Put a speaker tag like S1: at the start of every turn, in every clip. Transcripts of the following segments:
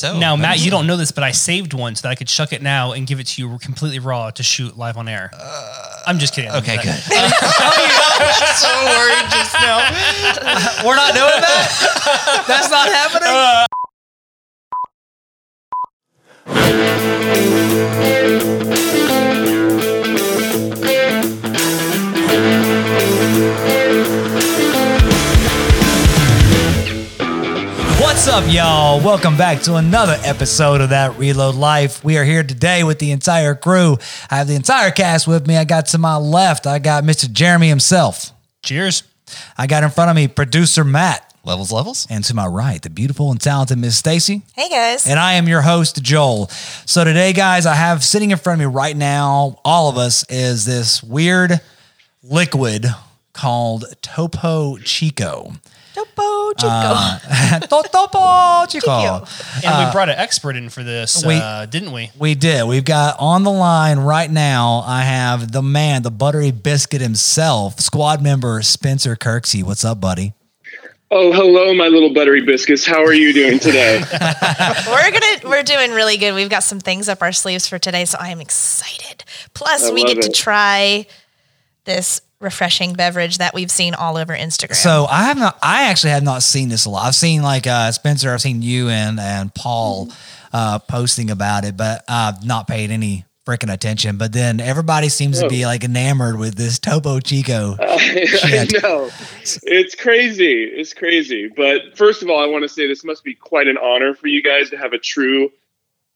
S1: Oh,
S2: So
S3: now,
S2: maybe
S3: Matt, you
S2: so.
S3: don't know this, but I saved one so that I could chuck it now and give it to you completely raw to shoot live on air. I'm just kidding.
S2: Okay,
S3: But-
S2: good.
S1: Oh,
S2: so worried just now. Uh.
S3: We're not doing that.
S2: That's not happening.
S1: What's up, y'all? Welcome back to another episode of That Reload Life. We are here today with the entire crew. I have the entire cast with me. I got to my left, I got Mr. Jeremy himself.
S3: Cheers.
S1: I got in front of me producer Matt,
S2: levels, levels.
S1: and to my right, the beautiful and talented Miss Stacy.
S4: Hey guys.
S1: And I am your host, Joel. So today, guys, I have sitting in front of me right now, all of us, is this weird liquid called Topo Chico.
S4: Topo Chico.
S1: uh, Topo Chico.
S4: Chico.
S3: And we brought an expert in for this,
S1: we-
S3: uh, didn't we?
S1: We did. We've got on the line right now. I have the man, the buttery biscuit himself, squad member Spencer Kirksey. What's up, buddy?
S5: Oh, hello, my little buttery biscuits. How are you doing today? Uh,
S4: we're gonna we're doing really good. We've got some things up our sleeves for today, so I am excited. Plus,
S5: I
S4: we get
S5: love
S4: to
S5: it.
S4: try this refreshing beverage that we've seen all over Instagram.
S1: So I have not. I actually have not seen this a lot. I've seen like uh, Spencer. I've seen you and and Paul uh, posting about it, but I've not paid any freaking attention. But then everybody seems to be like enamored with this Topo Chico.
S5: I
S1: Shit.
S5: know. It's crazy. It's crazy. But first of all, I want to say this must be quite an honor for you guys to have a true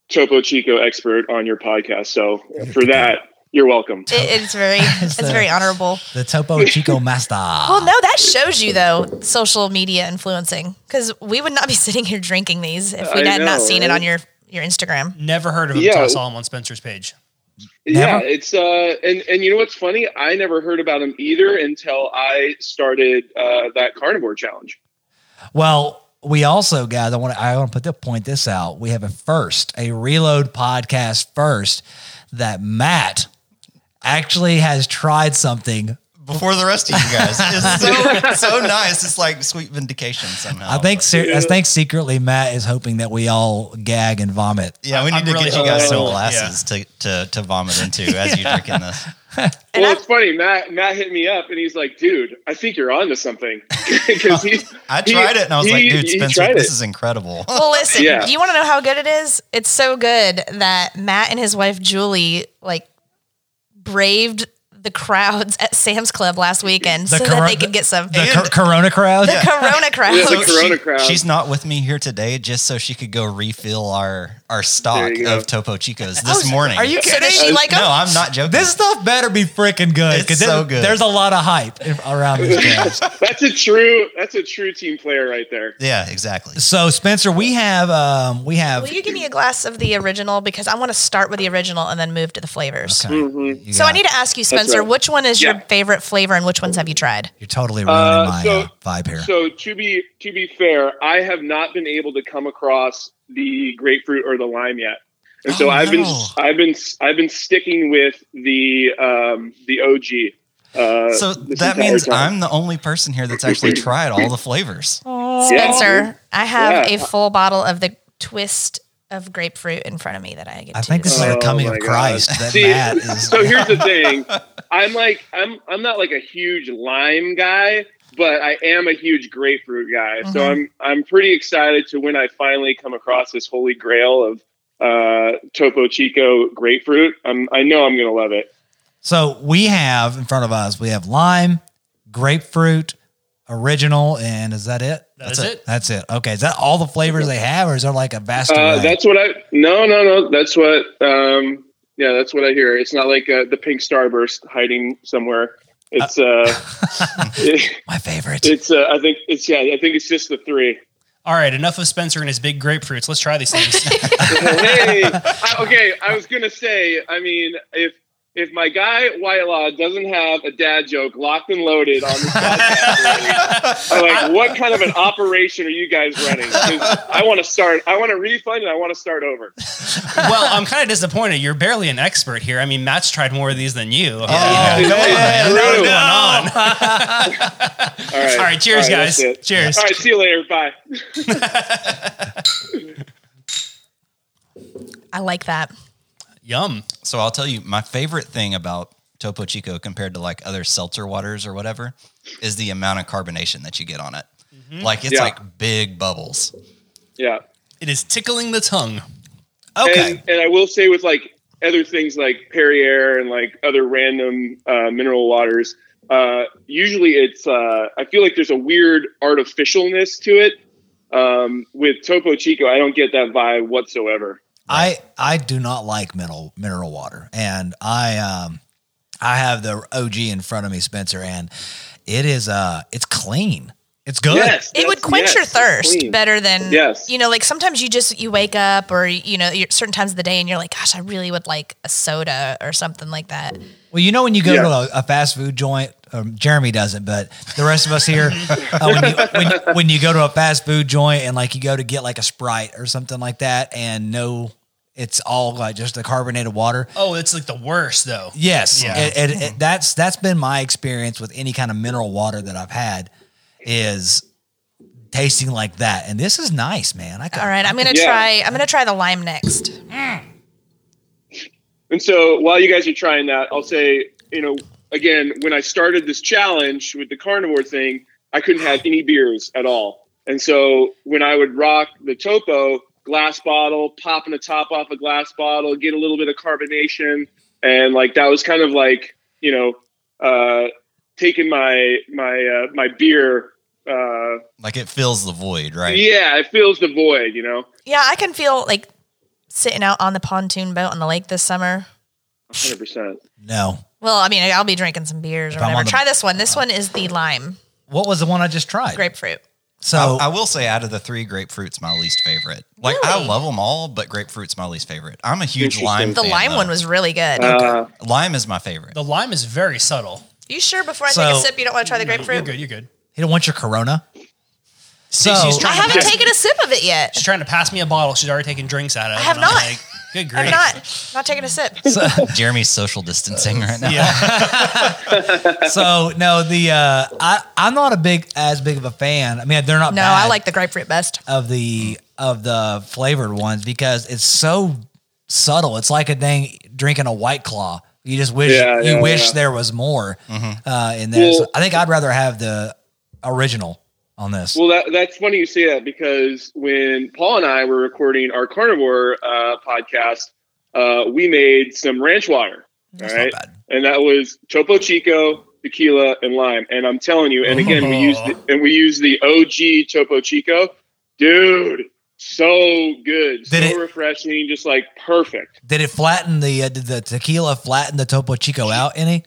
S5: Topo Chico expert on your podcast. So for that, you're welcome.
S4: It- it's very it's
S1: the-
S4: very honorable.
S1: The Topo Chico Master.
S4: Well, no, that shows you though social media influencing because we would not be sitting here drinking these if we
S5: I
S4: had not
S5: know,
S4: seen it
S5: right?
S4: on your your Instagram.
S3: Never heard of him
S5: Yeah.
S3: until I saw him on Spencer's page.
S5: Yeah,
S1: Never?
S5: it's uh and, and you know what's funny? I never heard about him either until I started uh, that carnivore challenge.
S1: Well, we also, guys, I want to I want to put the point this out. We have a first, a reload podcast first that Matt actually has tried something.
S2: Before the rest of you guys, it's so so nice. It's like sweet vindication somehow.
S1: I think ser- I think secretly Matt is hoping that we all gag and vomit.
S2: Yeah, we need
S3: I'm
S2: to
S3: really
S2: get you guys some
S5: hoping-
S2: glasses to, to to vomit into as you're drinking this.
S4: And
S5: well,
S4: I've-
S5: it's funny. Matt Matt hit me up and he's like, "Dude, I think you're onto something." Because
S2: I tried it and I was like, dude, Spencer, this
S5: is.
S2: is incredible.
S4: Well, listen,
S5: Yeah.
S4: you want to know how good it is? It's so good that Matt and his wife Julie like braved the crowds at Sam's Club last weekend
S1: The
S4: so
S1: cor-
S4: that they could get some
S1: The
S2: And-
S1: cor- Corona crowd.
S4: the Corona crowd.
S5: Yeah, the
S2: So
S5: Corona
S2: she-
S5: crowd.
S2: She's not with me here today just so she could go refill our our stock
S5: There you go.
S2: of Topo Chicos this morning.
S1: Are you
S4: So
S1: kidding?
S4: does she like oh, 'em?
S2: No, I'm not joking.
S1: This stuff better be freaking good
S2: It's
S1: because
S2: so good.
S1: there's a lot of hype in- around this game.
S5: That's a true. That's a true team player right there.
S2: yeah, exactly.
S5: Uh,
S1: so Spencer, we have um, we have
S4: Will you give me a glass of the original because I want to start with the original and then move to the flavors.
S1: Okay. You
S4: So I
S1: got-
S4: need to ask you, Spencer,
S5: right.
S4: which one is your
S5: Yeah.
S4: favorite flavor and which ones have you tried?
S1: you're totally ruining
S5: Uh,
S1: my
S5: so-
S1: uh, vibe here.
S5: So to be to be fair, I have not been able to come across the grapefruit or the lime yet, and so
S2: Oh,
S5: I've been
S2: no.
S5: I've been I've been sticking with the um, the OG. Uh,
S2: So
S5: this
S2: that
S5: entire
S2: means
S5: time.
S2: I'm the only person here that's actually tried all the flavors.
S4: Spencer, I have
S5: Yeah.
S4: a full bottle of the twist of grapefruit in front of me that I get
S1: I
S4: to
S1: think this is
S4: decide.
S1: the
S5: Oh
S1: coming
S5: my
S1: of
S5: God.
S1: Christ that
S5: See,
S1: Matt is.
S5: So here's the thing, I'm like I'm I'm not like a huge lime guy, but I am a huge grapefruit guy. So
S4: Mhm.
S5: I'm I'm pretty excited to when I finally come across this holy grail of uh, Topo Chico grapefruit. I'm, I know I'm gonna love it.
S1: So we have in front of us, we have lime, grapefruit, original, and is that it?
S3: That
S1: that's
S3: is it.
S1: That's it. Okay. Is that all the flavors they have, or is there like a vast
S5: Uh,
S1: array?
S5: that's what I. No, no, no. That's what. Um, yeah, that's what I hear. It's not like uh, the pink starburst hiding somewhere. It's. Uh, it-
S1: my favorite?
S5: it's. Uh, I think it's. Yeah, I think it's just the three.
S3: All right, enough of Spencer and his big grapefruits. Let's try these things.
S5: hey, I, okay. I was gonna say. I mean, if if my guy Whitelaw doesn't have a dad joke locked and loaded on this podcast, already, I'm like, what kind of an operation are you guys running? 'Cause I want to start. I want to refund and I want to start over.
S3: well, I'm kind of disappointed. You're barely an expert here. I mean, Matt's tried more of these than you.
S2: Yeah, come on, man.
S5: True.
S3: What's going on?
S5: All right.
S3: All right, cheers,
S5: All right,
S3: guys.
S5: that's it.
S3: Cheers.
S5: All right, see you later. Bye.
S4: I like that.
S3: Yum.
S2: So I'll tell you my favorite thing about Topo Chico compared to like other seltzer waters or whatever is the amount of carbonation that you get on it.
S1: Mm-hmm.
S2: Like it's
S5: Yeah.
S2: like big bubbles.
S5: Yeah.
S3: It is tickling the tongue.
S2: Okay.
S5: And, and I will say with like other things like Perrier and like other random uh, mineral waters, uh, usually it's uh, I feel like there's a weird artificialness to it. Um, with Topo Chico, I don't get that vibe whatsoever.
S1: I I do not like mineral mineral water, and I um I have the OG in front of me, Spencer, and it is uh it's clean, it's good.
S5: Yes,
S4: It would
S5: that's-
S4: quench
S5: yes,
S4: your
S5: it's
S4: thirst
S5: clean.
S4: better than
S5: Yes.
S4: You know, like sometimes you just you wake up or you know you're, certain times of the day and you're like, gosh, I really would like a soda or something like that.
S1: Well, you know when you go to
S5: Yeah.
S1: a, a fast food joint, um, Jeremy doesn't, but the rest of us here, uh, when, you, when, you- when you go to a fast food joint and like you go to get like a Sprite or something like that, and no, it's all like just the carbonated water.
S3: Oh, it's like the worst though.
S1: Yes,
S3: Yeah.
S1: it, it, it, that's that's been my experience with any kind of mineral water that I've had is tasting like that, and this is nice, man. I could,
S4: All right, I'm gonna
S5: Yeah.
S4: try. I'm gonna try the lime next.
S5: And so while you guys are trying that, I'll say, you know, again, when I started this challenge with the carnivore thing, I couldn't have any beers at all. And so when I would rock the topo, glass bottle, popping the top off a glass bottle, get a little bit of carbonation, and like that was kind of like, you know, uh, taking my my uh, my beer. Uh,
S2: Like it fills the void, right?
S5: yeah, it fills the void, you know.
S4: Yeah, I can feel like sitting out on the pontoon boat on the lake this summer.
S5: 100%.
S1: no.
S4: Well, I mean, I'll be drinking some beers or
S1: I'm on
S4: whatever.
S1: the-
S4: Try this one. This one is the lime
S1: What was the one I just tried?
S4: grapefruit.
S1: So
S2: I, I will say, out of the three, grapefruit's my least favorite. Like I
S4: Really?
S2: love them all, but grapefruit's my least favorite. I'm a huge
S5: Interesting.
S2: lime.
S4: The
S2: fan,
S4: lime
S2: though.
S4: one was really good.
S5: Uh,
S2: lime is my favorite.
S3: The lime is very subtle.
S4: you sure? Before I take
S1: So-
S4: a sip, you don't want to try the
S3: You're
S4: grapefruit?
S3: good. You're good.
S1: you don't want your Corona. So
S3: she's
S4: I
S3: trying to
S4: haven't
S3: pass,
S4: taken a sip of it yet.
S3: she's trying to pass me a bottle. She's already taking drinks out of it.
S4: have
S3: and I'm
S4: not.
S3: like, Good grief.
S4: I'm not not taking a sip.
S2: Jeremy's social distancing right now.
S3: Yeah.
S1: so no, the uh, I I'm not a big as big of a fan. I mean, they're not.
S4: No,
S1: bad
S4: I like the grapefruit best.
S1: of the of the flavored ones because it's so subtle. It's like a dang drinking a white claw. You just wish
S5: Yeah,
S1: you
S5: yeah,
S1: wish
S5: yeah.
S1: there was more uh, in there. So
S5: Well-
S1: I think I'd rather have the original on this.
S5: Well, that, that's funny you say that because when Paul and I were recording our carnivore uh, podcast, uh, we made some ranch water, all right, and that was Topo Chico, tequila, and lime. And I'm telling you, and again, we
S3: Oh.
S5: used the, and we used the OG Topo Chico, dude. So good, so
S1: Did it-
S5: refreshing, just like perfect.
S1: Did it flatten the uh, did the tequila flatten the Topo Chico out any?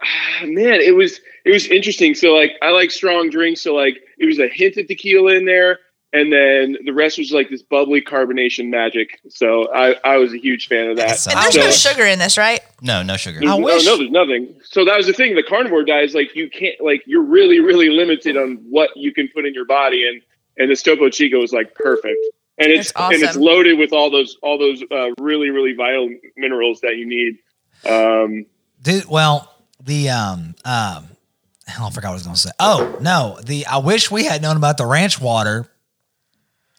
S5: Ah, man, it was it was interesting. So like I like strong drinks, so like it was a hint of tequila in there, and then the rest was like this bubbly carbonation magic. So I I was a huge fan of that.
S2: So
S4: And
S2: I
S4: there's
S5: would-
S4: no sugar in this, right?
S2: No, no sugar.
S5: There's-
S1: I wish-
S5: No, no, there's nothing. So that was the thing. The carnivore diet is like you can't like you're really really limited on what you can put in your body, and and this Topo Chico is like perfect. And it's
S4: That's
S5: and it's
S4: awesome.
S5: loaded with all those all those uh, really really vital minerals that you need. Um,
S1: Dude, well, the um um I forgot what I was gonna say. Oh no, the I wish we had known about the ranch water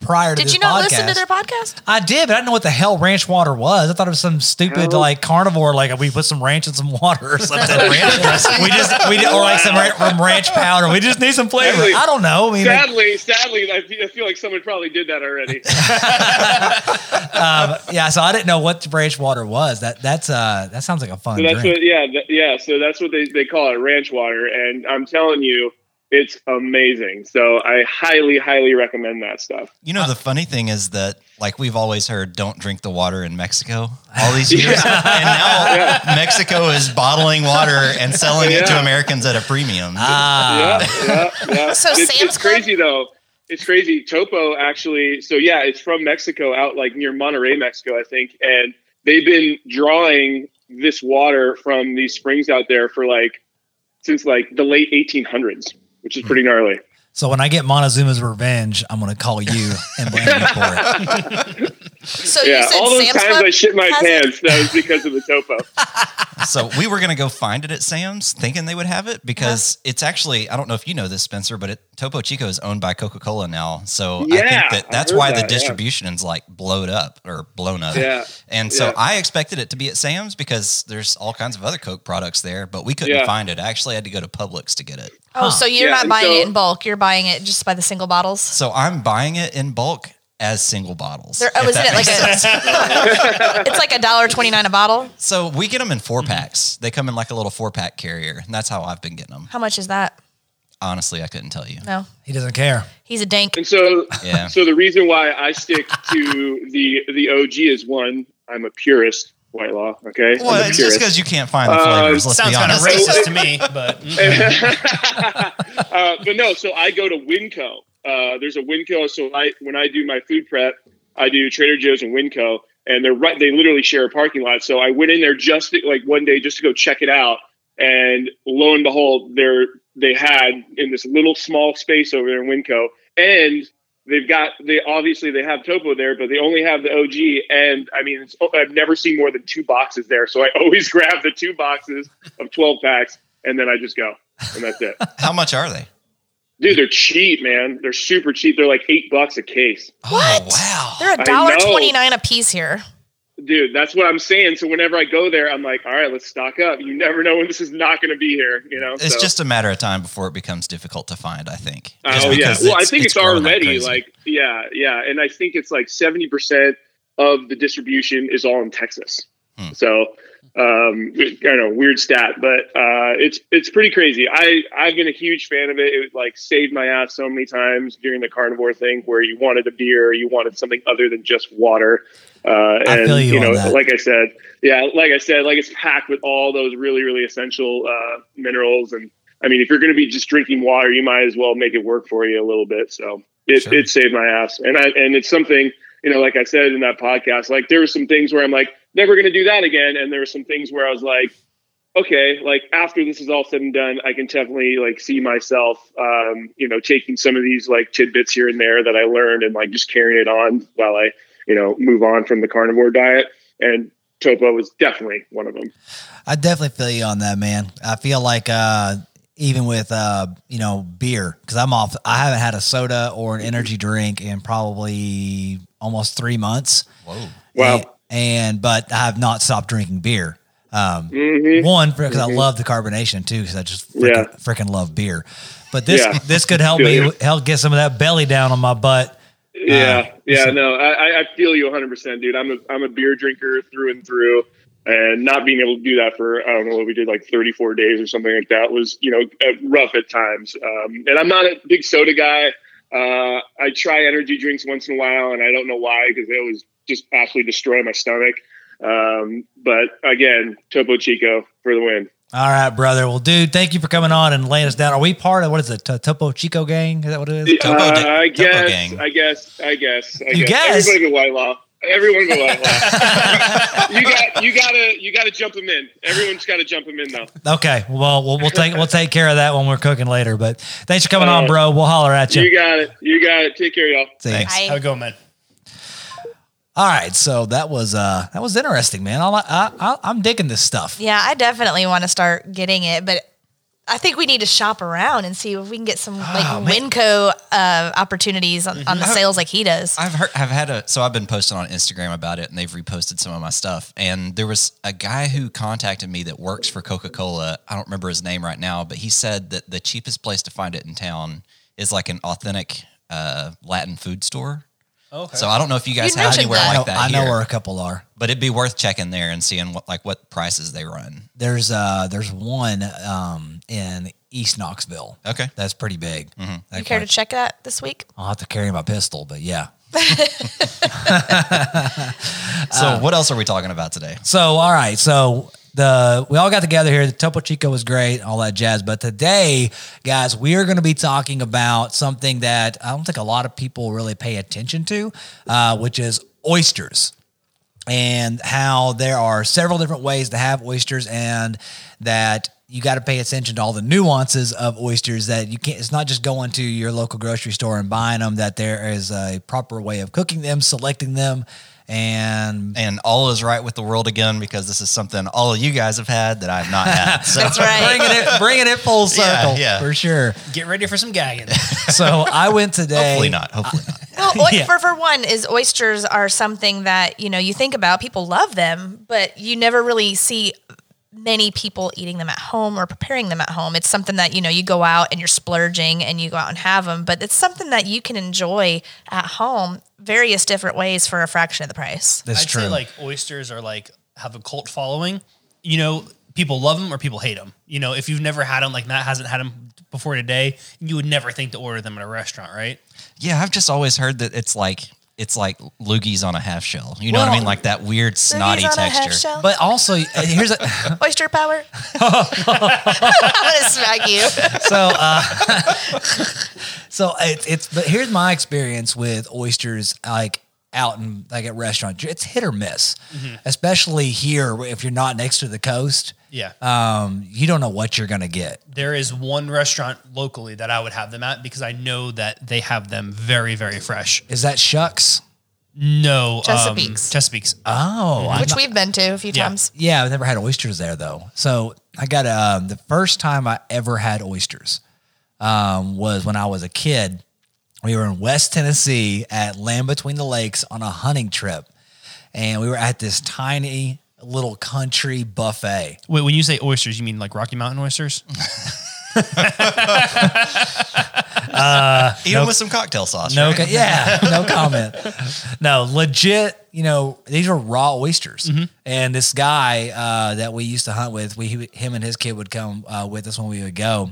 S1: prior to
S4: Did
S1: this
S4: you not
S1: podcast.
S4: listen to their podcast?
S1: I did, but I didn't know what the hell ranch water was. I thought it was some stupid
S5: Hell.
S1: like carnivore, like we put some ranch in some water or something. we just we did, or like some ra- from ranch powder. We just need some flavor.
S5: Really?
S1: I don't know. I mean, like,
S5: sadly, sadly, I fe- I feel like someone probably did that already.
S1: um, yeah. So I didn't know what ranch water was. That that's uh that sounds like a fun
S5: So that's
S1: drink.
S5: what, yeah, th- yeah. So that's what they, they call it, ranch water. And I'm telling you, it's amazing. So I highly, highly recommend that stuff.
S2: You know, the funny thing is that, like, we've always heard, don't drink the water in Mexico all these years. And now Mexico is bottling water and selling it to
S5: Yeah.
S2: Americans at a premium.
S1: Ah,
S5: yeah, yeah, yeah.
S4: So
S5: it's,
S4: Sam's
S5: it's
S4: Club-
S5: crazy though. It's crazy. Topo actually. So yeah, it's from Mexico, out like near Monterrey, Mexico, I think. And they've been drawing this water from these springs out there for like since like the late 1800s, which is
S1: Hmm.
S5: pretty gnarly.
S1: so when I get Montezuma's revenge, I'm gonna call you and blame you for it.
S4: So
S5: yeah,
S4: you said
S5: all those
S4: Sam's
S5: times
S4: Club
S5: I shit my
S4: has it?
S5: pants, that was because of the topo.
S2: so we were gonna go find it at Sam's, thinking they would have it because
S5: Uh-huh.
S2: it's actually I don't know if you know this, Spencer, but it, Topo Chico is owned by Coca Cola now. So I
S5: Yeah,
S2: think that
S5: I
S2: that's
S5: heard
S2: why
S5: that, yeah.
S2: the distribution is like blowed up or blown up.
S5: Yeah,
S2: And so
S5: yeah.
S2: I expected it to be at Sam's because there's all kinds of other Coke products there, but we couldn't
S5: Yeah.
S2: find it. I actually had to go to Publix to get it.
S4: Oh, so you're
S5: Yeah,
S4: not
S5: and
S4: buying
S5: so-
S4: it in bulk. You're buying it just by the single bottles.
S2: So I'm buying it in bulk as single bottles.
S4: There, oh,
S2: if
S4: isn't
S2: that
S4: it like
S2: makes sense.
S4: a? it's like a dollar twenty nine a bottle.
S2: So we get them in four
S5: Mm-hmm.
S2: packs. They come in like a little four pack carrier, and that's how I've been getting them.
S4: How much is that?
S2: Honestly, I couldn't tell you.
S4: No,
S1: He doesn't care.
S4: he's a dank.
S5: And so,
S2: Yeah.
S5: so the reason why I stick to the the OG is one, I'm a purist. White law, okay. I'm
S2: Well,
S5: a
S2: it's just
S5: purist.
S2: because you can't find the
S5: Uh,
S2: flavors. let's
S3: Sounds
S2: be
S3: kind of
S2: honest.
S3: racist to me, but mm,
S5: uh, but no, so I go to Winco. Uh, there's a Winco. So I, when I do my food prep, I do Trader Joe's and Winco, and they're right. They literally share a parking lot. So I went in there just to, like one day just to go check it out, and lo and behold, they're they had in this little small space over there in Winco, and they've got they obviously they have Topo there, but they only have the OG. And I mean, it's, oh, I've never seen more than two boxes there, so I always grab the two boxes of twelve packs, and then I just go, and that's it.
S2: How much are they?
S5: Dude, they're cheap, man. They're super cheap. They're like eight bucks a case.
S2: Oh, wow.
S4: They're
S5: I
S4: a dollar
S5: know.
S4: twenty nine a piece here.
S5: Dude, that's what I'm saying. So whenever I go there, I'm like, all right, let's stock up. You never know when this is not going to be here. You know,
S2: It's
S5: So-
S2: just a matter of time before it becomes difficult to find, I think. Just
S5: oh yeah.
S2: because
S5: Well, I think it's,
S2: growing like
S5: already
S2: crazy.
S5: like yeah, yeah, and I think it's like seventy percent of the distribution is all in Texas.
S2: Hmm.
S5: So um, I don't know, weird stat, but uh, it's it's pretty crazy. I I've been a huge fan of it. It like saved my ass so many times during the carnivore thing, where you wanted a beer, you wanted something other than just water. Uh,
S1: I
S5: and
S1: feel you on
S5: know,
S1: that.
S5: like I said, yeah, like I said, like it's packed with all those really really essential uh, minerals and I mean, if you're going to be just drinking water, you might as well make it work for you a little bit. So it,
S2: Sure.
S5: it saved my ass. And I, and it's something, you know, like I said in that podcast, like there were some things where I'm like, never going to do that again. And there were some things where I was like, okay, like after this is all said and done, I can definitely like see myself, um, you know, taking some of these like tidbits here and there that I learned and like just carrying it on while I, you know, move on from the carnivore diet. And topo was definitely one of them.
S1: I definitely feel you on that, man. I feel like uh, even with uh, you know beer, because I'm off. I haven't had a soda or an energy drink in probably almost three months.
S2: Whoa.
S5: Wow.
S1: And but I have not stopped drinking beer. Um,
S5: Mhm.
S1: One because I love the carbonation too, because I just freaking,
S5: Yeah.
S1: freaking love beer. But this
S5: Yeah.
S1: this could help
S5: Feel
S1: me
S5: you.
S1: help get some of that belly down on my butt.
S5: Yeah,
S1: Uh,
S5: yeah,
S1: so-
S5: no, I, I- I feel you 100, percent dude. I'm a I'm a beer drinker through and through, and not being able to do that for I don't know what we did like 34 days or something like that was you know uh, rough at times. Um, and I'm not a big soda guy. Uh, I try energy drinks once in a while, and I don't know why because they always just absolutely destroy my stomach. Um, but again, Topo Chico for the win.
S1: All right, brother. Well, dude, thank you for coming on and laying us down. Are we part of what is it, T- Topo Chico gang? Is that what it is?
S2: Topo
S5: Uh,
S2: di-
S5: I
S2: Topo
S5: guess,
S2: gang.
S5: I guess, I guess, I
S1: You guess?
S5: guess. Everybody go White Law. Everyone go White Law. you got, you gotta, you gotta jump them in. Everyone's gotta jump them in though.
S1: Okay. Well, we'll we'll take we'll take care of that when we're cooking later. But thanks for coming
S5: All
S1: on,
S5: right.
S1: bro. We'll holler at you.
S5: You got it. You got it. Take care, y'all.
S1: See ya.
S2: Thanks.
S4: I
S3: how it go, man?
S1: All right. So that was uh that was interesting, man. I, li- I, I I'm digging this stuff.
S4: Yeah, I definitely want to start getting it, but I think we need to shop around and see if we can get some like
S1: Ah, man. Mm-hmm.
S4: Winco uh, opportunities on, on the sales like he does.
S2: I've heard, I've had a, so I've been posting on Instagram about it and they've reposted some of my stuff. And there was a guy who contacted me that works for Coca Cola. I don't remember his name right now, but he said that the cheapest place to find it in town is like an authentic uh, Latin food store.
S3: Okay.
S2: So I don't know if you guys have
S4: mentioned
S2: anywhere
S4: that.
S1: I know,
S2: like that.
S1: I know
S2: here,
S1: where a couple are.
S2: but it'd be worth checking there and seeing what like what prices they run.
S1: There's uh there's one um in East Knoxville.
S2: Okay.
S1: That's pretty big.
S4: you care to check that this week?
S1: I'll have to carry my pistol, but yeah.
S2: So
S4: Uh,
S2: what else are we talking about today?
S1: So all right, so the we all got together here. The Topo Chico was great, all that jazz. But today, guys, we are going to be talking about something that I don't think a lot of people really pay attention to, uh, which is oysters and how there are several different ways to have oysters and that you got to pay attention to all the nuances of oysters that you can't it's not just going to your local grocery store and buying them that there is a proper way of cooking them selecting them and
S2: And all is right with the world again because this is something all of you guys have had that I've not had. So
S4: That's right.
S1: bringing it bringing it full
S2: Yeah,
S1: circle
S2: yeah.
S1: for sure.
S3: Get ready for some gagging.
S1: So I went today.
S2: hopefully not. Hopefully not.
S4: Well, Oh, oy-
S1: Yeah.
S4: for for one, is oysters are something that you know you think about. People love them, but you never really see many people eating them at home or preparing them at home. It's something that you know you go out and you're splurging and you go out and have them, but it's something that you can enjoy at home various different ways for a fraction of the price.
S1: That's
S3: I'd
S1: true.
S3: say like oysters are like have a cult following. You know, people love them or people hate them. You know, if you've never had them, like Matt hasn't had them before today, you would never think to order them at a restaurant, right?
S2: Yeah, I've just always heard that it's like it's like loogies on a half shell. You know what I
S1: Well,
S2: mean? Like that weird snotty
S4: Cookies on a half
S2: texture.
S4: shell?
S1: but also uh, here's a
S4: oyster power. I'm gonna smack you.
S1: so uh, so it's it's but here's my experience with oysters like out in like at restaurants it's hit or miss especially here if you're not next to the coast
S3: Yeah.
S1: um you don't know what you're gonna get
S3: there is one restaurant locally that I would have them at because I know that they have them very, very fresh.
S1: is that shucks
S3: No, um,
S4: Chesapeake's.
S3: Chesapeake's. Uh-huh.
S1: oh I,
S4: Which we've been to a few
S3: Yeah.
S4: times.
S1: yeah i've never had oysters there though so i got um the first time i ever had oysters um was when i was a kid we were in west tennessee at land between the lakes on a hunting trip and we were at this tiny little country buffet
S3: Wait, when you say oysters, you mean like Rocky Mountain oysters?
S2: Even with some cocktail sauce.
S1: No,
S2: right?
S1: co- yeah, no comment. No, legit. You know, these are raw oysters. And this guy uh, that we used to hunt with, we he- him and his kid would come uh, with us when we would go,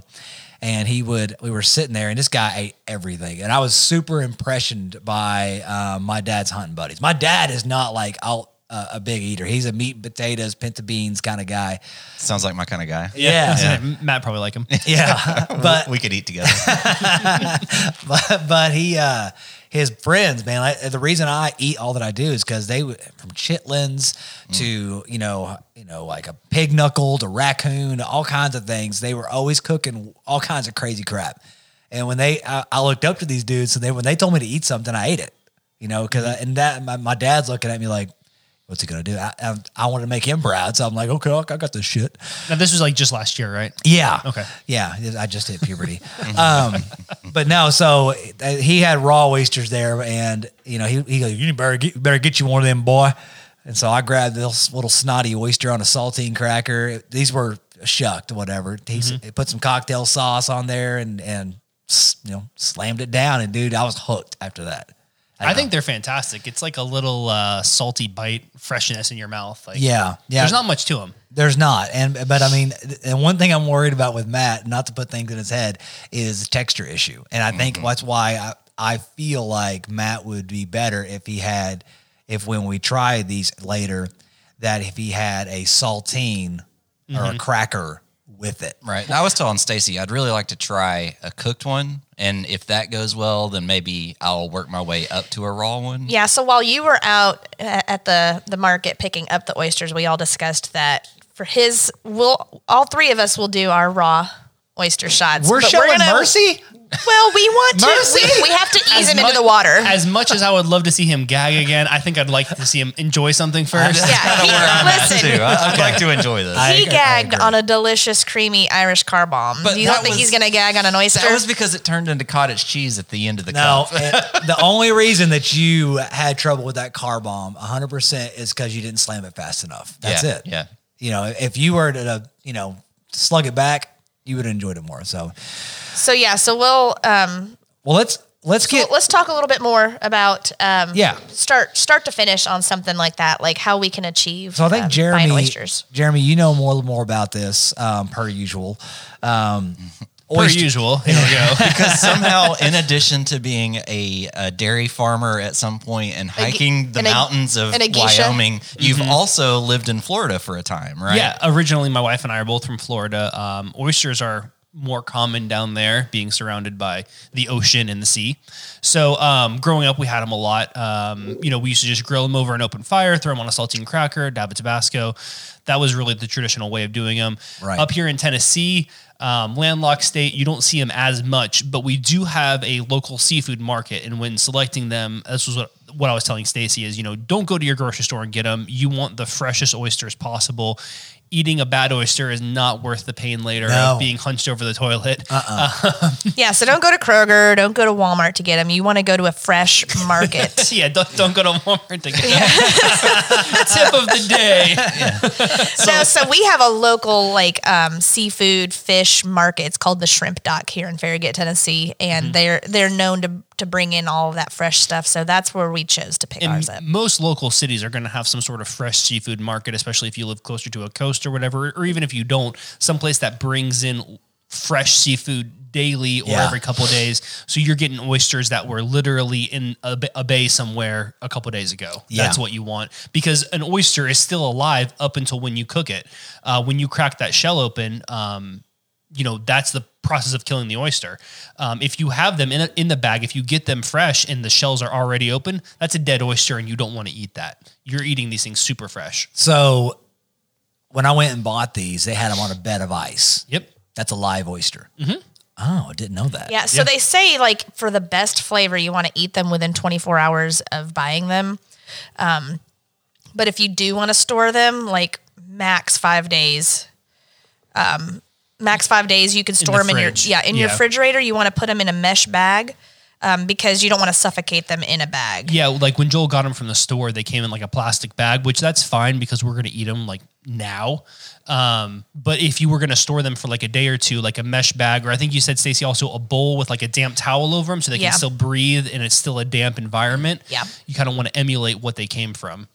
S1: and he would. We were sitting there, and this guy ate everything, and I was super impressioned by uh, my dad's hunting buddies. My dad is not like I'll. Uh, a big eater. He's a meat and potatoes, pinta beans kind of guy.
S2: Sounds like my kind of guy.
S1: Yeah, yeah.
S3: Matt probably like them.
S1: but
S2: we could eat together.
S1: but, but he uh his friends man like, the reason i eat all that i do is because they would- from chitlins to you know you know like a pig knuckle to raccoon all kinds of things they were always cooking all kinds of crazy crap and when they i, I looked up to these dudes so they when they told me to eat something i ate it you know because and that my, my dad's looking at me like what's he gonna do i i, I want to make him proud so i'm like okay i got this shit
S3: Now, this was like just last year, right?
S1: yeah.
S3: Okay. Mm-hmm.
S1: Yeah, I just hit puberty. um, but no, so uh, he had raw oysters there, and you know he he goes, you better get, better get you one of them, boy. And so I grabbed this little snotty oyster on a saltine cracker. These were shucked, whatever. He s-
S3: Mm-hmm.
S1: he put some cocktail sauce on there and and s- you know slammed it down, and dude, I was hooked after that.
S3: I think they're fantastic. It's like a little uh, salty bite, freshness in your mouth. Like,
S1: Yeah, yeah.
S3: There's not much to them.
S1: There's not, and but I mean, and one thing I'm worried about with Matt, not to put things in his head, is the texture issue, and I think that's why I I feel like Matt would be better if he had, if when we try these later, that if he had a saltine or a cracker with it.
S2: Right. And I was telling Stacy I'd really like to try a cooked one, and if that goes well, then maybe I'll work my way up to a raw one.
S4: Yeah. So while you were out a- at the the market picking up the oysters, we all discussed that for his, we'll all three of us will do our raw oyster shots.
S1: We're
S4: but
S1: showing
S4: gonna-
S1: mercy.
S4: Well, we want to.
S1: Mercy?
S4: We, we have to ease
S3: As
S4: him
S3: mu-
S4: into the water.
S3: As much as I would love to see him gag again, I think I'd like to see him enjoy something first.
S4: yeah. He, listen.
S2: Too. I, would like to enjoy this.
S1: I
S4: he
S1: agree, I
S4: gagged
S1: agree.
S4: on a delicious, creamy Irish car bomb.
S2: But
S4: Do you don't
S2: that
S4: think
S2: was-
S4: he's going to gag on an oyster?
S2: that was because it turned into cottage cheese at the end of the
S1: No,
S2: cup.
S1: it, eh, the only reason that you had trouble with that car bomb 100% is because you didn't slam it fast enough. That's
S2: Yeah,
S1: it.
S2: yeah.
S1: You know, if you were to, uh, you know, slug it back, you would have enjoyed it more. So,
S4: so yeah. So we'll um,
S1: well, let's, let's
S4: well,
S1: get,
S4: let's talk a little bit more about um,
S1: Yeah.
S4: start start to finish on something like that, like how we can achieve.
S1: so I think
S4: um,
S1: Jeremy,
S4: buying oysters.
S1: Jeremy, you know more, more about this, um, per usual. Um,
S3: Per
S1: oyster-
S3: usual. Here we go.
S2: because somehow, in addition to being a, a dairy farmer at some point and hiking the
S4: and a-
S2: mountains of
S4: and a geisha.
S2: Wyoming, you've
S1: Mm-hmm.
S2: also lived in Florida for a time, right?
S3: Yeah. Originally, my wife and I are both from Florida. Um, oysters are more common down there, being surrounded by the ocean and the sea. So, um, growing up, we had them a lot. Um, you know, we used to just grill them over an open fire, throw them on a saltine cracker, dab a Tabasco. That was really the traditional way of doing them.
S1: Right.
S3: Up here in Tennessee, um, landlocked state, you don't see them as much, but we do have a local seafood market. And when selecting them, this was what, what I was telling Stacy is, you know, don't go to your grocery store and get them. You want the freshest oysters possible. Eating a bad oyster is not worth the pain later
S1: No.
S3: of being hunched over the toilet.
S4: Yeah, so don't go to Kroger, don't go to Walmart to get them. You want to go to a fresh market.
S3: yeah, don't, don't go to Walmart to get them. Tip of the day.
S4: so, so we have a local like um, seafood fish market. It's called the Shrimp Dock here in Farragut, Tennessee, and they're they're known to to bring in all of that fresh stuff. So that's where we chose to pick ours up.
S3: most local cities are going to have some sort of fresh seafood market, especially if you live closer to a coast or whatever, or even if you don't, someplace that brings in fresh seafood daily or
S1: Yeah.
S3: every couple of days. So you're getting oysters that were literally in a, ba- a bay somewhere a couple of days ago. That's
S1: Yeah.
S3: what you want because an oyster is still alive up until when you cook it. Uh, when you crack that shell open, um, you know that's the process of killing the oyster. Um, if you have them in, a, in the bag, if you get them fresh and the shells are already open, that's a dead oyster, and you don't want to eat that. You're eating these things super fresh.
S1: So when I went and bought these, they had them on a bed of ice.
S3: Yep.
S1: That's a live oyster.
S2: Mm-hmm.
S1: Oh, I didn't know that.
S4: Yeah, so they say like for the best flavor, you want to eat them within 24 hours of buying them. Um, but if you do want to store them, like max five days. Um, max five days, you can store
S3: the
S4: them in your
S3: fridge.
S4: yeah in your
S3: Yeah.
S4: refrigerator. You want to put them in a mesh bag um, because you don't want to suffocate them in a bag.
S3: Yeah, like when Joel got them from the store, they came in like a plastic bag, which that's fine because we're gonna eat them like now. Um, but if you were gonna store them for like a day or two, like a mesh bag, or I think you said Stacy also a bowl with like a damp towel over them, so they
S4: Yeah.
S3: can still breathe and it's still a damp environment.
S4: Yeah.
S3: you kind of want to emulate what they came from.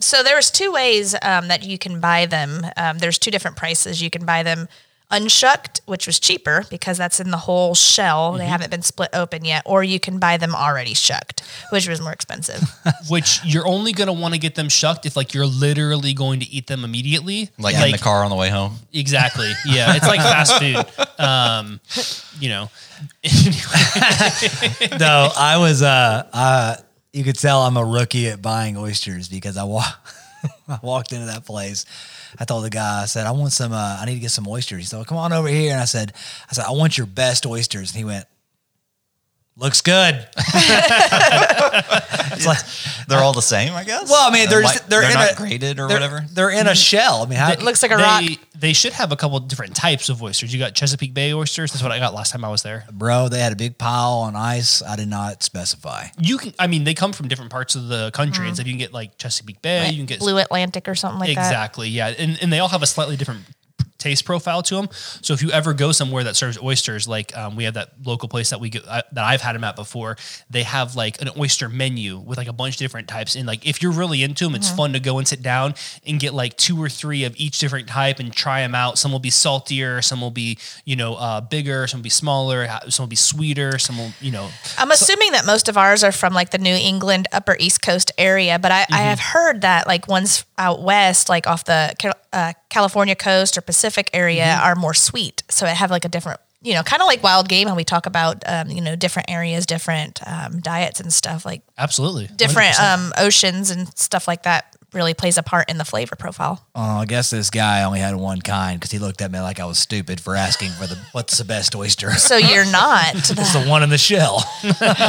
S4: So there's two ways um, that you can buy them. Um, there's two different prices. You can buy them unshucked, which was cheaper because that's in the whole shell. They haven't been split open yet. Or you can buy them already shucked, which was more expensive.
S3: which you're only going to want to get them shucked if like you're literally going to eat them immediately
S2: Like in the car on the way home.
S3: exactly yeah it's like fast food um you know
S1: No, I was uh uh you could tell I'm a rookie at buying oysters because I walk I walked into that place. I told the guy, I said, I want some uh, I need to get some oysters. He said, well, come on over here. And I said, I said, I want your best oysters. And he went, Looks good. it's like
S2: They're all the same, I guess.
S1: well, I mean, they're just- they're,
S2: they're
S1: in
S2: not
S1: a,
S2: graded or
S1: they're-
S2: whatever.
S1: They're in a shell. I mean, how,
S4: it looks like a rock.
S3: they, they should have a couple different types of oysters you got chesapeake bay oysters that's what i got last time i was there
S1: bro, they had a big pile on ice. I did not specify.
S3: you can i mean they come from different parts of the
S4: Mm-hmm.
S3: country and so you can get like chesapeake bay you can get
S4: Blue Atlantic or something like that.
S3: exactly yeah and, and they all have a slightly different taste profile to them so if you ever go somewhere that serves oysters like um, we have that local place that we go, I, that i've had them at before they have like an oyster menu with like a bunch of different types and like if you're really into them it's
S4: Mm-hmm.
S3: fun to go and sit down and get like two or three of each different type and try them out some will be saltier some will be you know uh, bigger some will be smaller ha- some will be sweeter some will you know
S4: I'm assuming that most of ours are from like the New England Upper East Coast area, but I, I have heard that like ones out west, like off the Cal- uh, California coast or Pacific area, are more sweet. So it have like a different, you know, kind of like wild game. And we talk about, um, you know, different areas, different um, diets and stuff, like
S3: absolutely
S4: different um, oceans and stuff like that. Really plays a part in the flavor profile.
S1: Oh, I guess this guy only had one kind because he looked at me like I was stupid for asking for the what's the best oyster. it's
S4: So you're not,
S1: the one in the shell.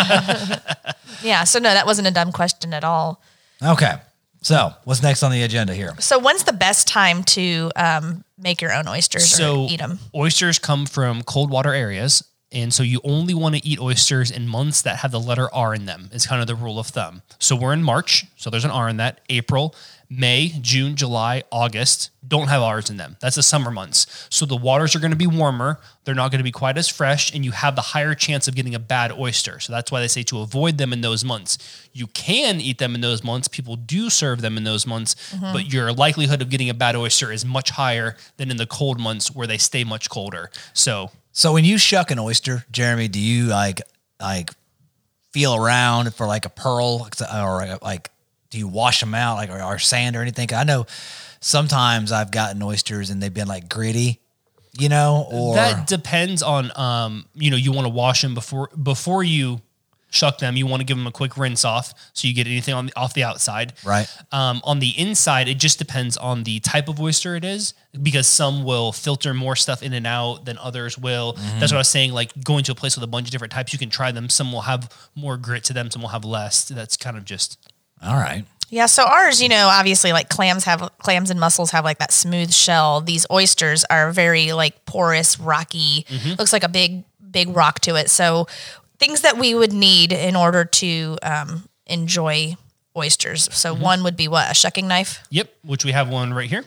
S4: yeah. So no, that wasn't a dumb question at all.
S1: Okay, so what's next on the agenda here?
S4: So when's the best time to um, make your own oysters
S3: so
S4: or eat them?
S3: Oysters come from cold water areas. And so you only want to eat oysters in months that have the letter R in them is kind of the rule of thumb. So we're in March, so there's an R in that. April, May, June, July, August don't have R's in them. That's the summer months. So the waters are going to be warmer. They're not going to be quite as fresh, and you have the higher chance of getting a bad oyster. So that's why they say to avoid them in those months. You can eat them in those months. People do serve them in those months, but your likelihood of getting a bad oyster is much higher than in the cold months where they stay much colder. So
S1: So when you shuck an oyster, Jeremy, do you like like feel around for like a pearl or like do you wash them out like or, or sand or anything? 'Cause I know sometimes I've gotten oysters and they've been like gritty, you know, or
S3: that depends on um, you know, you want to wash them before before you shuck them, you want to give them a quick rinse off so you get anything on the, off the outside.
S1: Right.
S3: Um, on the inside, it just depends on the type of oyster it is because some will filter more stuff in and out than others will.
S1: Mm-hmm.
S3: That's what I was saying. Like going to a place with a bunch of different types, you can try them. Some will have more grit to them, some will have less. That's kind of just
S1: All right.
S4: Yeah, so ours, you know, obviously like clams have clams and mussels have like that smooth shell. These oysters are very like porous, rocky.
S1: Mm-hmm.
S4: Looks like a big big rock to it. So things that we would need in order to um, enjoy oysters. So
S1: Mm-hmm.
S4: one would be what a shucking knife.
S3: Yep, which we have one right here.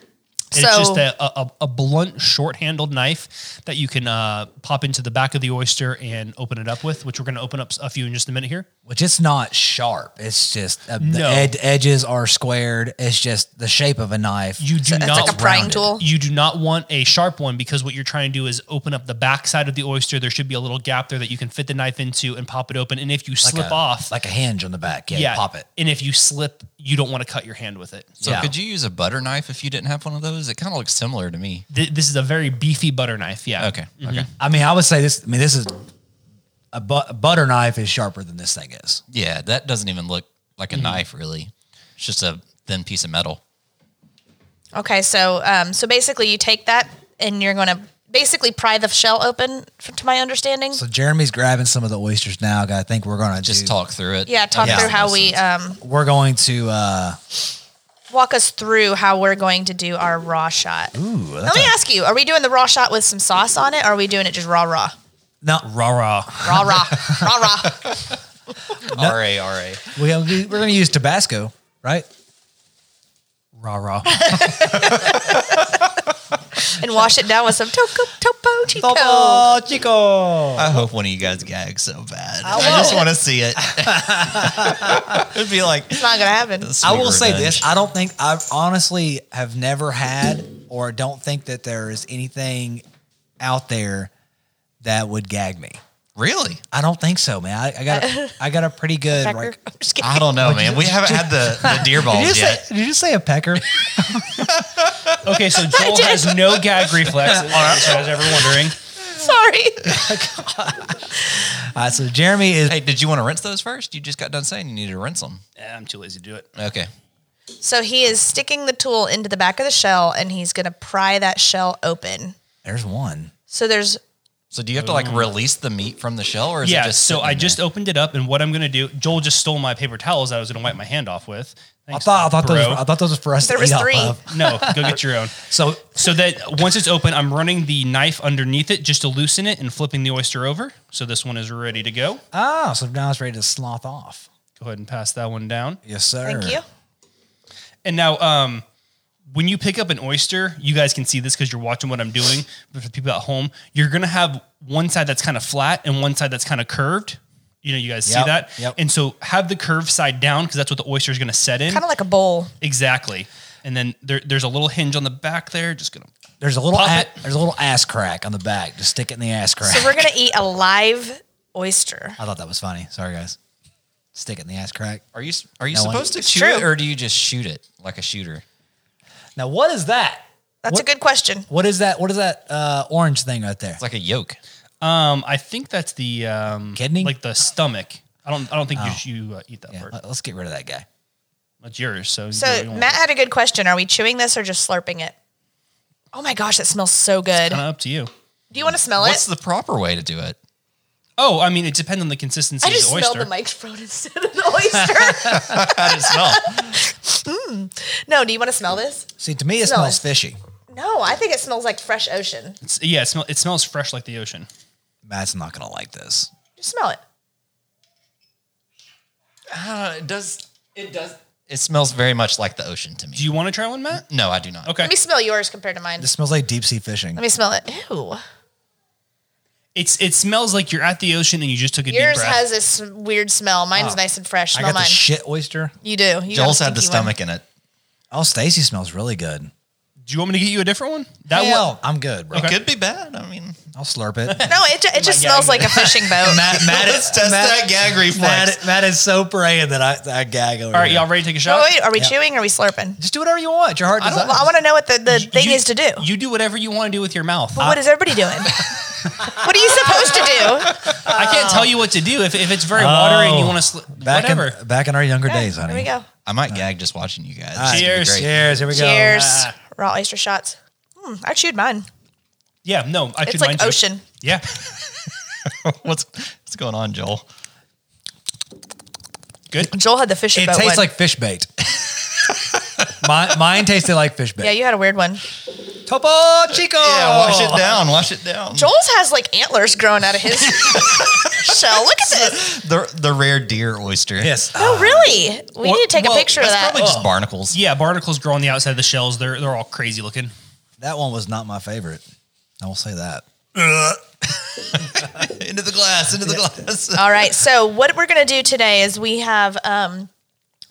S3: It's
S4: So-
S3: just a, a, a blunt, short-handled knife that you can uh, pop into the back of the oyster and open it up with, which we're going to open up a few in just a minute here.
S1: Which it's not sharp. It's just uh, the
S3: No.
S1: ed- edges are squared. It's just the shape of a knife.
S3: You do
S4: It's
S3: not
S4: like a prying
S1: rounded.
S4: tool.
S3: you do not want a sharp one because what you're trying to do is open up the backside of the oyster. There should be a little gap there that you can fit the knife into and pop it open. And if you
S1: like
S3: slip
S1: a,
S3: off,
S1: like a hinge on the back. Yeah, you pop it.
S3: And if you slip, you don't want to cut your hand with it.
S2: So
S1: Yeah.
S2: could you use a butter knife if you didn't have one of those? It kind of looks similar to me. Mm-hmm.
S3: Th- this is a very beefy butter knife. Yeah.
S2: Okay. Okay.
S1: I mean, I would say this. I mean, this is a, bu- a butter knife is sharper than this thing is.
S2: Yeah, that doesn't even look like a
S1: Mm-hmm.
S2: knife really. It's just a thin piece of metal.
S4: Okay, so um, so basically you take that and you're going to basically pry the shell open, f to my understanding.
S1: So Jeremy's grabbing some of the oysters now. I think we're gonna
S2: Just
S1: do-
S2: talk through it.
S4: yeah, talk
S1: Yeah.
S4: through how we um,
S1: We're going to. uh
S4: walk us through how we're going to do our raw shot.
S1: Ooh,
S4: Let
S1: that's
S4: me
S1: a,
S4: ask you: Are we doing the raw shot with some sauce on it, or are we doing it just raw, raw,
S1: no.
S3: Rah rah.
S4: raw, raw, raw, raw?
S2: R A R A.
S1: We, we're gonna use Tabasco, right?
S3: Rah rah.
S4: And wash it down with some toco, topo chico.
S1: Chico.
S2: I hope one of you guys gags so bad. I, just want to see it. It'd be like
S4: It's not gonna happen.
S1: I
S2: sweet
S1: will say
S2: revenge.
S1: this: I don't think I honestly have never had, or don't think that there is anything out there that would gag me.
S2: Really?
S1: I don't think so, man. I, I got a, I got a pretty good.
S4: Pecker.
S1: Like, Oh,
S4: I'm just kidding.
S2: I don't know, man. We haven't had the, the deer
S1: did, you
S2: balls
S1: say,
S2: yet.
S1: did you just say a pecker?
S3: Okay, so Joel has no gag reflex. If I was ever wondering.
S4: Sorry.
S1: Uh, so Jeremy is
S2: Hey, did you want to rinse those first? You just got done saying you needed to rinse them.
S3: Eh, I'm too lazy to do it.
S2: Okay.
S4: So he is sticking the tool into the back of the shell, and he's gonna pry that shell open.
S1: there's one.
S4: So there's
S2: So do you have to like release the meat from the shell or is
S3: Mm. yeah,
S2: it just
S3: so
S2: sitting
S3: I
S2: in
S3: just
S2: there?
S3: opened it up, and what I'm gonna do? Joel just stole my paper towels that I was gonna wipe my hand off with.
S1: I
S3: Thanks,
S1: thought I thought those
S3: bro.
S1: were, I thought those were for us
S4: There
S1: to
S4: was
S1: eat
S4: three.
S1: off of.
S3: no, go get your own.
S1: So
S3: So that once it's open, I'm running the knife underneath it just to loosen it and flipping the oyster over. So this one is ready to go.
S1: oh, so now it's ready to sloth off.
S3: Go ahead and pass that one down.
S1: Yes, sir.
S4: thank you.
S3: And now, um, when you pick up an oyster, you guys can see this because you're watching what I'm doing. But for people at home, you're gonna have one side that's kind of flat and one side that's kind of curved. You know, you guys see
S1: Yep,
S3: that.
S1: yep.
S3: And so have the curved side down because that's what the oyster is gonna set in.
S4: Kind of like a bowl.
S3: Exactly. And then there, there's a little hinge on the back there. Just gonna.
S1: There's a little
S3: Pop
S1: a,
S3: it.
S1: there's a little ass crack on the back. Just stick it in the ass crack.
S4: So we're gonna eat a live oyster.
S1: I thought that was funny. Sorry guys. Stick it in the ass crack.
S2: Are you are you
S1: No one-
S2: supposed to
S4: It's
S2: chew
S4: true.
S2: it or do you just shoot it like a shooter?
S1: Now what is that?
S4: That's
S1: What-
S4: a good question.
S1: What is that? What is that uh, orange thing right there?
S2: It's like a yolk.
S3: Um, I think that's the um,
S1: Kidney?
S3: like the stomach. I don't. I don't think you, you uh, eat that
S1: Yeah,
S3: part.
S1: let- let's get rid of that guy.
S3: That's yours. So,
S4: So Matt had a good question. Are we chewing this or just slurping it? Oh my gosh, that smells so good.
S3: kind of up to you.
S4: Do you want to smell
S2: What's
S4: it?
S2: the proper way to do it?
S3: Oh, I mean, it depends on the consistency
S4: I just
S3: of the oyster.
S4: smelled the microphone instead of the oyster.
S2: How does it smell?
S4: no, do you want to smell this?
S1: See, to me it
S4: Smell
S1: smells
S4: it.
S1: fishy.
S4: No, I think it smells like fresh ocean.
S3: It's- yeah, it, smell, it smells fresh like the ocean.
S1: Matt's not gonna like this.
S4: Just smell it.
S2: Uh, it does. It does. It smells very much like the ocean to me.
S3: Do you want to try one, Matt?
S2: no, I do not.
S3: Okay.
S4: Mm-hmm. Let me smell yours compared to mine.
S1: This smells like deep sea fishing.
S4: Let me smell it. Ew.
S3: It's it smells like you're at the ocean and you just took a
S4: Yours
S3: deep breath.
S4: has this weird smell. Mine's nice and fresh.
S1: I
S4: Smell
S1: got
S4: mine.
S1: the shit oyster.
S4: you do. You
S2: Joel's
S4: got a
S2: had the
S4: stinky one.
S2: stomach in it.
S1: Oh, Stacy smells really good.
S3: Do you want me to get you a different one? That one.
S1: Hell, I'm good, bro.
S2: It could be bad. I mean,
S1: I'll slurp it.
S4: No, it, ju- it just smells like a fishing boat.
S1: Matt, Matt
S2: let's test that gag reflex.
S1: Matt, Matt is so praying that I, that I gag over
S3: All right,
S1: here.
S3: y'all ready to take a shot?
S4: oh, wait, are we
S1: Yeah.
S4: chewing or are we slurping?
S1: Just do whatever you want. Your heart
S4: Well,
S1: desires.
S4: I want to know what the, the thing
S3: You-
S4: is to do.
S3: You do whatever you want to do with your mouth.
S4: but what is everybody doing? What are you supposed to do?
S3: I
S4: Oh.
S3: can't tell you what to do if, if it's very watery and you
S1: Oh.
S3: want to slip.
S1: Back
S3: Whatever.
S1: in back in our younger days, honey.
S4: There we go.
S2: I might gag just watching you guys.
S1: right.
S2: It's gonna be
S3: Cheers.
S2: great.
S1: Cheers. Here we go. Uh,
S4: Cheers.
S3: Ah.
S4: Raw oyster shots. Hmm, I chewed mine.
S3: yeah, no, I
S4: It's
S3: should
S4: like
S3: mind you.
S4: ocean.
S3: Yeah,
S2: What's what's going on, Joel?
S3: good.
S4: Joel had the fishing
S1: It
S4: boat
S1: tastes
S4: one.
S1: like fish bait. mine, mine tasted like fish bait.
S4: yeah, you had a weird one.
S1: Topo Chico.
S2: Yeah, wash it down. Wash it down.
S4: Joel's has like antlers growing out of his shell. Look at this.
S2: The the rare deer oyster.
S1: Yes.
S4: Oh, really? We
S3: Well-
S4: need to take
S3: well,
S4: a picture of
S2: That's
S4: that.
S2: probably just barnacles.
S3: Yeah, barnacles grow on the outside of the shells. They're they're all crazy looking.
S1: That one was not my favorite. I will say that.
S2: Into the glass, into the glass.
S4: All right. So what we're gonna do today is we have um,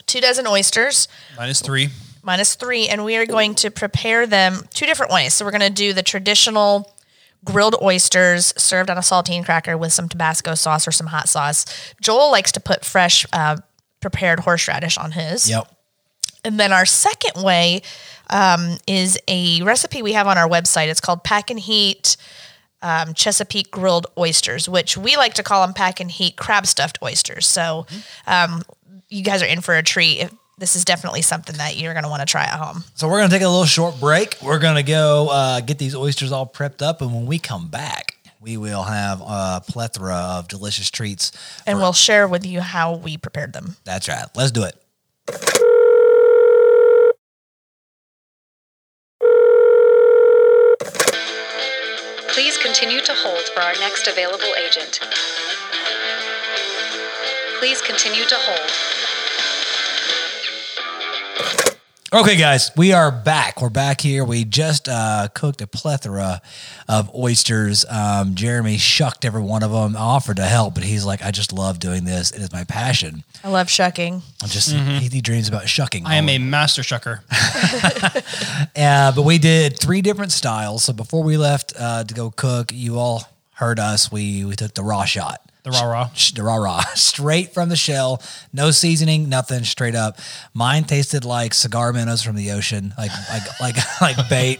S4: two dozen oysters
S3: Minus three.
S4: minus three, and we are going to prepare them two different ways. So we're gonna do the traditional grilled oysters served on a saltine cracker with some Tabasco sauce or some hot sauce. Joel likes to put fresh. Uh, Prepared horseradish on his.
S1: Yep.
S4: And then our second way um, is a recipe we have on our website. It's called Pack and Heat um, Chesapeake Grilled Oysters, which we like to call them Pack and Heat Crab Stuffed Oysters. So um, you guys are in for a treat. If- This is definitely something that you're going to want to try at home.
S1: So we're gonna take a little short break. We're gonna go uh, get these oysters all prepped up, and when we come back, we will have a plethora of delicious treats.
S4: And we'll share with you how we prepared them.
S1: That's right. Let's do it.
S6: Please continue to hold for our next available agent. Please continue to hold.
S1: Okay, guys, we are back. We're back here. We just uh, cooked a plethora of oysters. Um, Jeremy shucked every one of them. I offered to help, but he's like, "I just love doing this. It is my passion."
S4: I love shucking.
S1: I just he, he dreams about shucking.
S3: Mm-hmm. I am
S1: all
S3: a master shucker.
S1: Uh, but we did three different styles. So before we left uh, to go cook, you all heard us. We we took the raw shot,
S3: The rah rah.
S1: Sh- the rah rah, straight from the shell, no seasoning, nothing, straight up. Mine tasted like cigar minnows from the ocean, like like like like bait.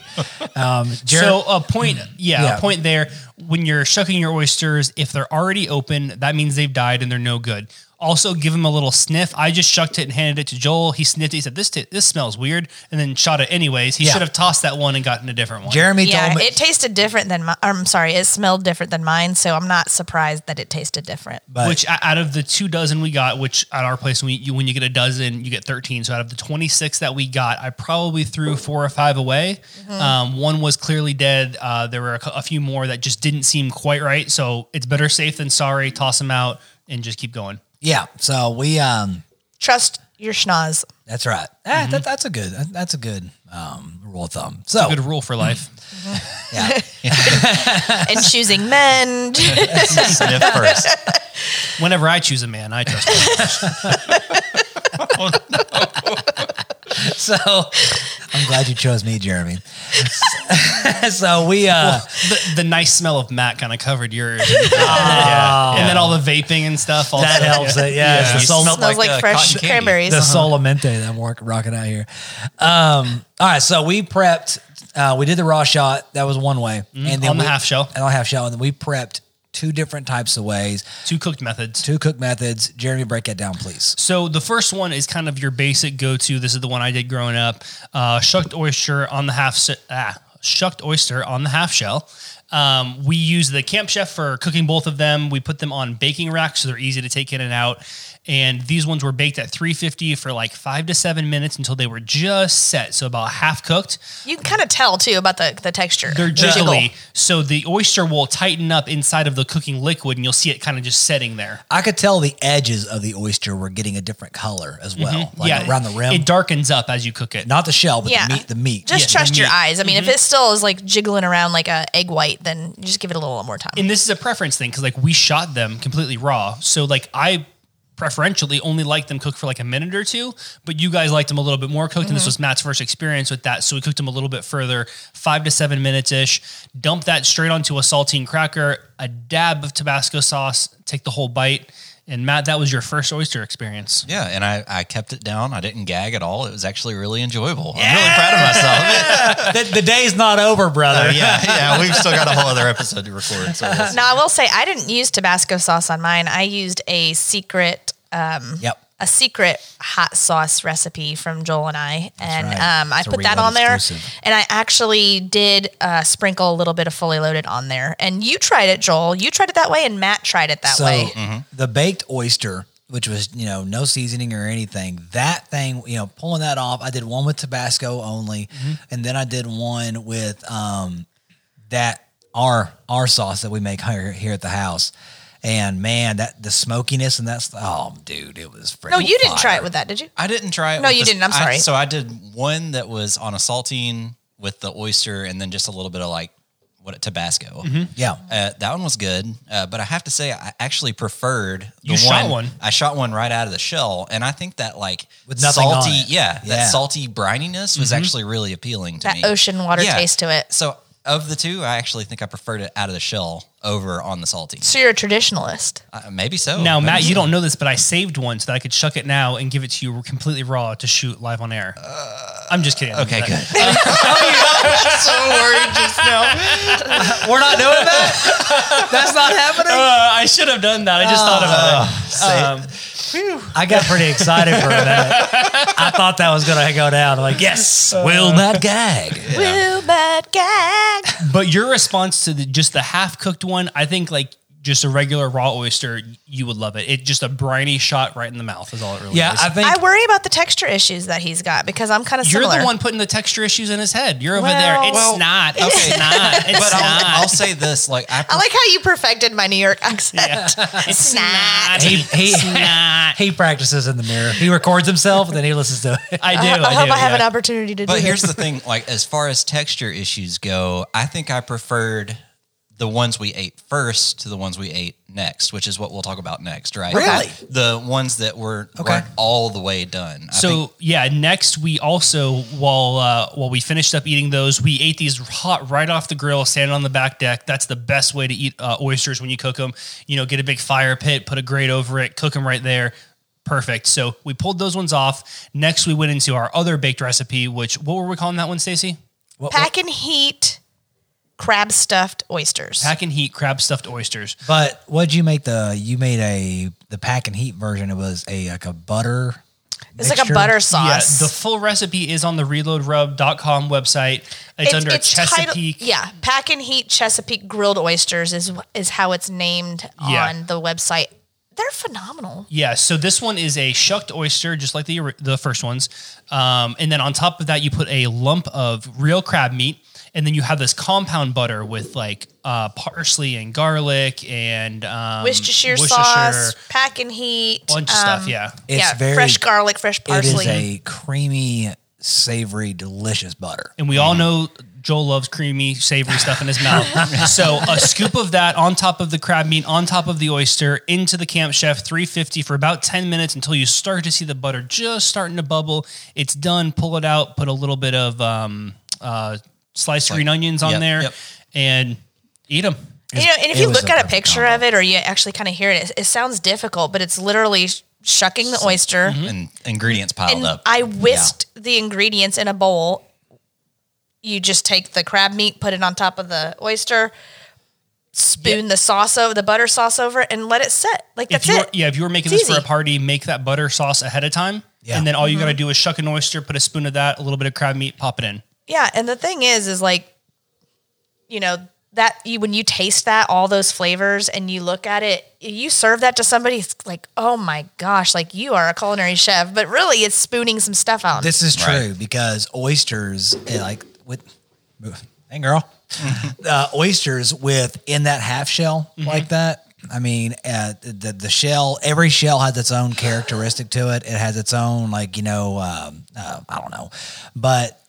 S1: Um, Jer-
S3: So a point, yeah,
S1: Yeah.
S3: a point there. When you're shucking your oysters, if they're already open, that means they've died and they're no good. Also, give them a little sniff. I just shucked it and handed it to Joel. He sniffed it. He said, "This t- this smells weird," and then shot it anyways. He
S1: Yeah.
S3: should have tossed that one and gotten a different one.
S1: Jeremy
S4: yeah,
S1: told me.
S4: it tasted different than my, I'm sorry, it smelled different than mine. So I'm not surprised that it tasted different.
S1: but-
S3: which o- out of the two dozen we got, which at our place when you, when you get a dozen, you get thirteen. So out of the twenty six that we got, I probably threw four or five away. Um, one was clearly dead. Uh, there were a, cou- a few more that just didn't seem quite right. So it's better safe than sorry. Toss them out and just keep going.
S1: yeah, so we um,
S4: Trust your schnoz.
S1: that's right. Ah, that, that's a good that's a good um, rule of thumb. So
S3: Mm-hmm. Good rule for life.
S1: yeah,
S4: And choosing men.
S2: Sniff first.
S3: Whenever I choose a man, I trust. him.
S1: so I'm glad you chose me, Jeremy. so we uh,
S3: the, the nice smell of Matt kind of covered yours. Yeah. And then all the vaping and stuff. Also.
S1: Oh. that helps it. Yeah, it's the soul-
S4: Smells like,
S2: uh,
S4: fresh
S2: cotton candy.
S4: cranberries.
S1: the solamente that I'm work, rocking out here. Um, all right, so we prepped. Uh, we did the raw shot. That was one way, and
S3: Mm-hmm. on the
S1: we-
S3: half shell.
S1: and on the half shell, and then we prepped two different types of ways,
S3: Two cooked methods.
S1: two cook methods. Jeremy, break that down, please.
S3: So the first one is kind of your basic go-to. This is the one I did growing up. Uh, shucked oyster on the half se- ah, shucked oyster on the half shell. Um, we use the Camp Chef for cooking both of them. We put them on baking racks so they're easy to take in and out. And these ones were baked at 350 for like five to seven minutes until they were just set, so about half cooked.
S4: You can kind of tell too about the, the texture.
S3: They're
S4: Jiggle.
S3: jiggly, so the oyster will tighten up inside of the cooking liquid, and you'll see it kind of just setting there.
S1: I could tell the edges of the oyster were getting a different color as well, like around the rim,
S3: Mm-hmm. it darkens up as you cook it.
S1: not the shell, but
S4: Yeah.
S1: the meat. The meat.
S4: Just
S3: Yeah,
S4: trust
S3: the
S4: your
S3: meat.
S4: eyes. I mean, if it still is like jiggling around like a egg white, then you just give it a little more time.
S3: and this is a preference thing because like we shot them completely raw so like i preferentially only like them cooked for like a minute or two but you guys liked them a little bit more cooked and this was matt's first experience with that so we cooked them a little bit further five to seven minutes ish dump that straight onto a saltine cracker a dab of tabasco sauce take the whole bite And Matt, that was your first oyster experience.
S2: Yeah, and I, I kept it down. I didn't gag at all. It was actually really enjoyable. I'm really proud of myself.
S1: the, the day's not over, brother.
S2: yeah, yeah, we've still got a whole other episode to record. So we'll see.
S4: Now I will say I didn't use Tabasco sauce on mine. I used a secret
S1: Yep.
S4: a secret hot sauce recipe from Joel and I, and
S1: right.
S4: um, I
S1: It's a
S4: put that
S1: Reload
S4: on there,
S1: exclusive.
S4: and I actually did uh, sprinkle a little bit of fully loaded on there. And you tried it, Joel. You tried it that way, and Matt tried it that
S1: so
S4: way.
S1: the baked oyster, which was you know no seasoning or anything, that thing you know pulling that off. I did one with Tabasco only,
S4: Mm-hmm.
S1: and then I did one with um, that our our sauce that we make here, here at the house. And man, that the smokiness and that's oh, dude, it was freaking.
S4: No, you didn't try
S1: fire.
S4: it with that, did you?
S2: I didn't try it.
S4: No,
S2: with
S4: you
S2: the-
S4: didn't. I'm
S2: I-
S4: sorry.
S2: so I did one that was on a saltine with the oyster and then just a little bit of like what Tabasco.
S3: Mm-hmm.
S1: Yeah,
S2: Uh, that one was good, uh, but I have to say I actually preferred the
S3: You shot one.
S2: I shot one right out of the shell, and I think that like
S1: With nothing on
S2: salty,
S1: it.
S2: yeah, that
S1: Yeah.
S2: salty brininess
S3: Mm-hmm.
S2: was actually really appealing to
S4: That
S2: me.
S4: ocean water
S2: Yeah.
S4: taste to it.
S2: So of the two, I actually think I preferred it out of the shell over on the salty.
S4: So you're a traditionalist.
S2: Uh, maybe so.
S3: Now,
S2: Maybe
S3: Matt,
S2: so.
S3: you don't know this, but I saved one so that I could chuck it now and give it to you completely raw to shoot live on air. I'm just kidding.
S2: Okay, good.
S3: so worried just now.
S1: we're not doing that. that's not happening.
S3: Uh, I should have done that. I just thought
S1: Uh,
S3: about it. Um,
S1: I got pretty excited for that. I thought that was gonna go down. Like, yes, will that gag?
S4: Woo, but gag.
S3: Uh, but your response to the, just the half cooked one, I think like just a regular raw oyster, you would love it. It just a briny shot right in the mouth is all it really
S1: Yeah,
S3: is.
S1: I think
S4: I worry about the texture issues that he's got because I'm kind of
S3: You're
S4: similar.
S3: the one putting the texture issues in his head. You're over
S4: Well-
S3: there. It's
S4: Well,
S3: not. It's
S2: okay.
S3: not. It's
S2: But
S3: not.
S2: I'll, I'll say this: like I,
S4: I like how you perfected my New York accent.
S3: it's
S4: not.
S3: not.
S1: He- he-
S3: it's not.
S1: He practices in the mirror. He records himself and then he listens to it.
S3: I do.
S4: I, I hope
S3: do,
S4: I have
S3: yeah.
S4: an opportunity to
S2: But
S4: do
S2: here's
S4: this.
S2: the thing: like as far as texture issues go, I think I preferred the ones we ate first to the ones we ate next, which is what we'll talk about next, right?
S1: Really?
S2: The ones that were weren't all the way done. I
S3: So
S2: think-
S3: yeah, next we also while uh, while we finished up eating those, we ate these hot right off the grill, standing on the back deck. That's the best way to eat uh, oysters when you cook them. You know, get a big fire pit, put a grate over it, cook them right there. Perfect. So we pulled those ones off. Next, we went into our other baked recipe, which what were we calling that one, Stacy?
S4: Pack and heat crab stuffed oysters.
S3: Pack and heat crab stuffed oysters.
S1: But what'd you make the? You made a the pack and heat version. It was a like a butter.
S4: It's like a
S1: mixture.
S4: butter
S3: Yeah,
S4: sauce.
S3: the full recipe is on the reloadrub.com website. It's, under Chesapeake.
S4: Titled, yeah, Pack and Heat Chesapeake Grilled Oysters is is how it's named
S3: Yeah. Mm,
S4: on the website. They're phenomenal.
S3: Yeah, so this one is a shucked oyster, just like the the first ones, um, and then on top of that, you put a lump of real crab meat, and then you have this compound butter with like uh, parsley and garlic and um,
S4: Worcestershire, sauce, Pack and Heat,
S3: bunch of
S4: um,
S3: stuff. Yeah,
S1: It's
S4: yeah,
S1: very-
S4: fresh garlic, fresh parsley.
S1: It is a creamy, savory, delicious butter.
S3: and we all
S2: Mm.
S3: know Joel loves creamy, savory stuff in his mouth. so a scoop of that on top of the crab meat, on top of the oyster, into the Camp Chef 350 for about 10 minutes until you start to see the butter just starting to bubble. It's done. Pull it out. Put a little bit of um, uh, sliced green onions on
S2: yep,
S3: there,
S2: yep.
S3: and eat them.
S4: you know, and if
S1: it
S4: you
S1: was
S4: look
S1: a
S4: at a
S1: perfect
S4: picture of it or you actually kind of hear it, it, it sounds difficult, but it's literally sh- shucking the oyster.
S3: Mm-hmm.
S2: and ingredients piled
S4: And
S2: up.
S4: I whisked the ingredients in a bowl. You just take the crab meat, put it on top of the oyster, spoon the sauce over the butter sauce over, it, and let it set. Like
S3: If
S4: that's
S3: you were,
S4: it.
S3: yeah, if you were making
S4: It's
S3: this for a
S4: easy. Mm-hmm.
S3: party, make that butter sauce ahead of time,
S1: Yeah.
S3: and then all you got to do is shuck an oyster, put a spoon of that, a little bit of crab meat, pop it in.
S4: Yeah, and the thing is, is like, you know that you when you taste that all those flavors and you look at it, you serve that to somebody. It's like, oh my gosh, like you are a culinary chef, but really it's spooning some stuff out.
S1: This is true
S2: Right.
S1: because oysters, eh, like with, hey girl, uh, oysters with in that half shell
S2: Mm-hmm.
S1: like that. I mean, uh, the the shell. Every shell has its own characteristic to it. It has its own like you know, um, uh, I don't know, but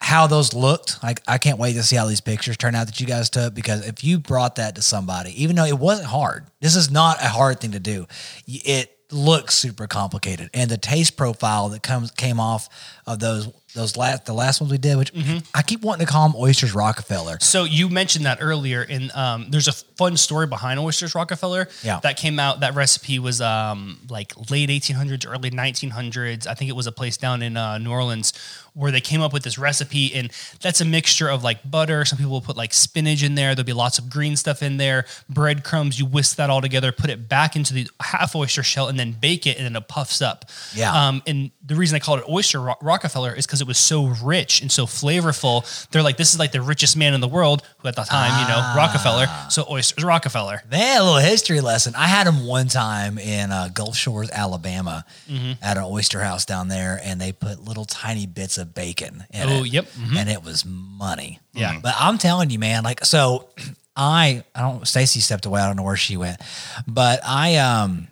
S1: how those looked. Like I can't wait to see how these pictures turn out that you guys took because if you brought that to somebody, even though it wasn't hard, this is not a hard thing to do. Y- It looks super complicated, and the taste profile that comes came off of those those last the last ones we did, which I keep wanting to call them oysters Rockefeller.
S3: So you mentioned that earlier, and um, there's a fun story behind oysters Rockefeller.
S1: Yeah.
S3: that came out. That recipe was um, like late 1800s, early 1900s. I think it was a place down in uh, New Orleans where they came up with this recipe, and that's a mixture of like butter. Some people will put like spinach in there. There'll be lots of green stuff in there, breadcrumbs. You whisk that all together, put it back into the half oyster shell, and then bake it, and then it puffs up.
S1: Yeah.
S3: Um, and the reason I called it oyster Ro- Rockefeller is because it was so rich and so flavorful. They're like, this is like the richest man in the world, who at the time,
S1: Ah.
S3: you know, Rockefeller. So oysters Rockefeller.
S1: Man, a little history lesson. I had them one time in uh, Gulf Shores, Alabama,
S3: Mm-hmm.
S1: at an oyster house down there, and they put little tiny bits of bacon. In
S3: Oh,
S1: it,
S3: yep. Mhm.
S1: and it was money.
S3: Yeah.
S1: but I'm telling you, man. Like, so I, I don't. Stacy stepped away. I don't know where she went, but I, um,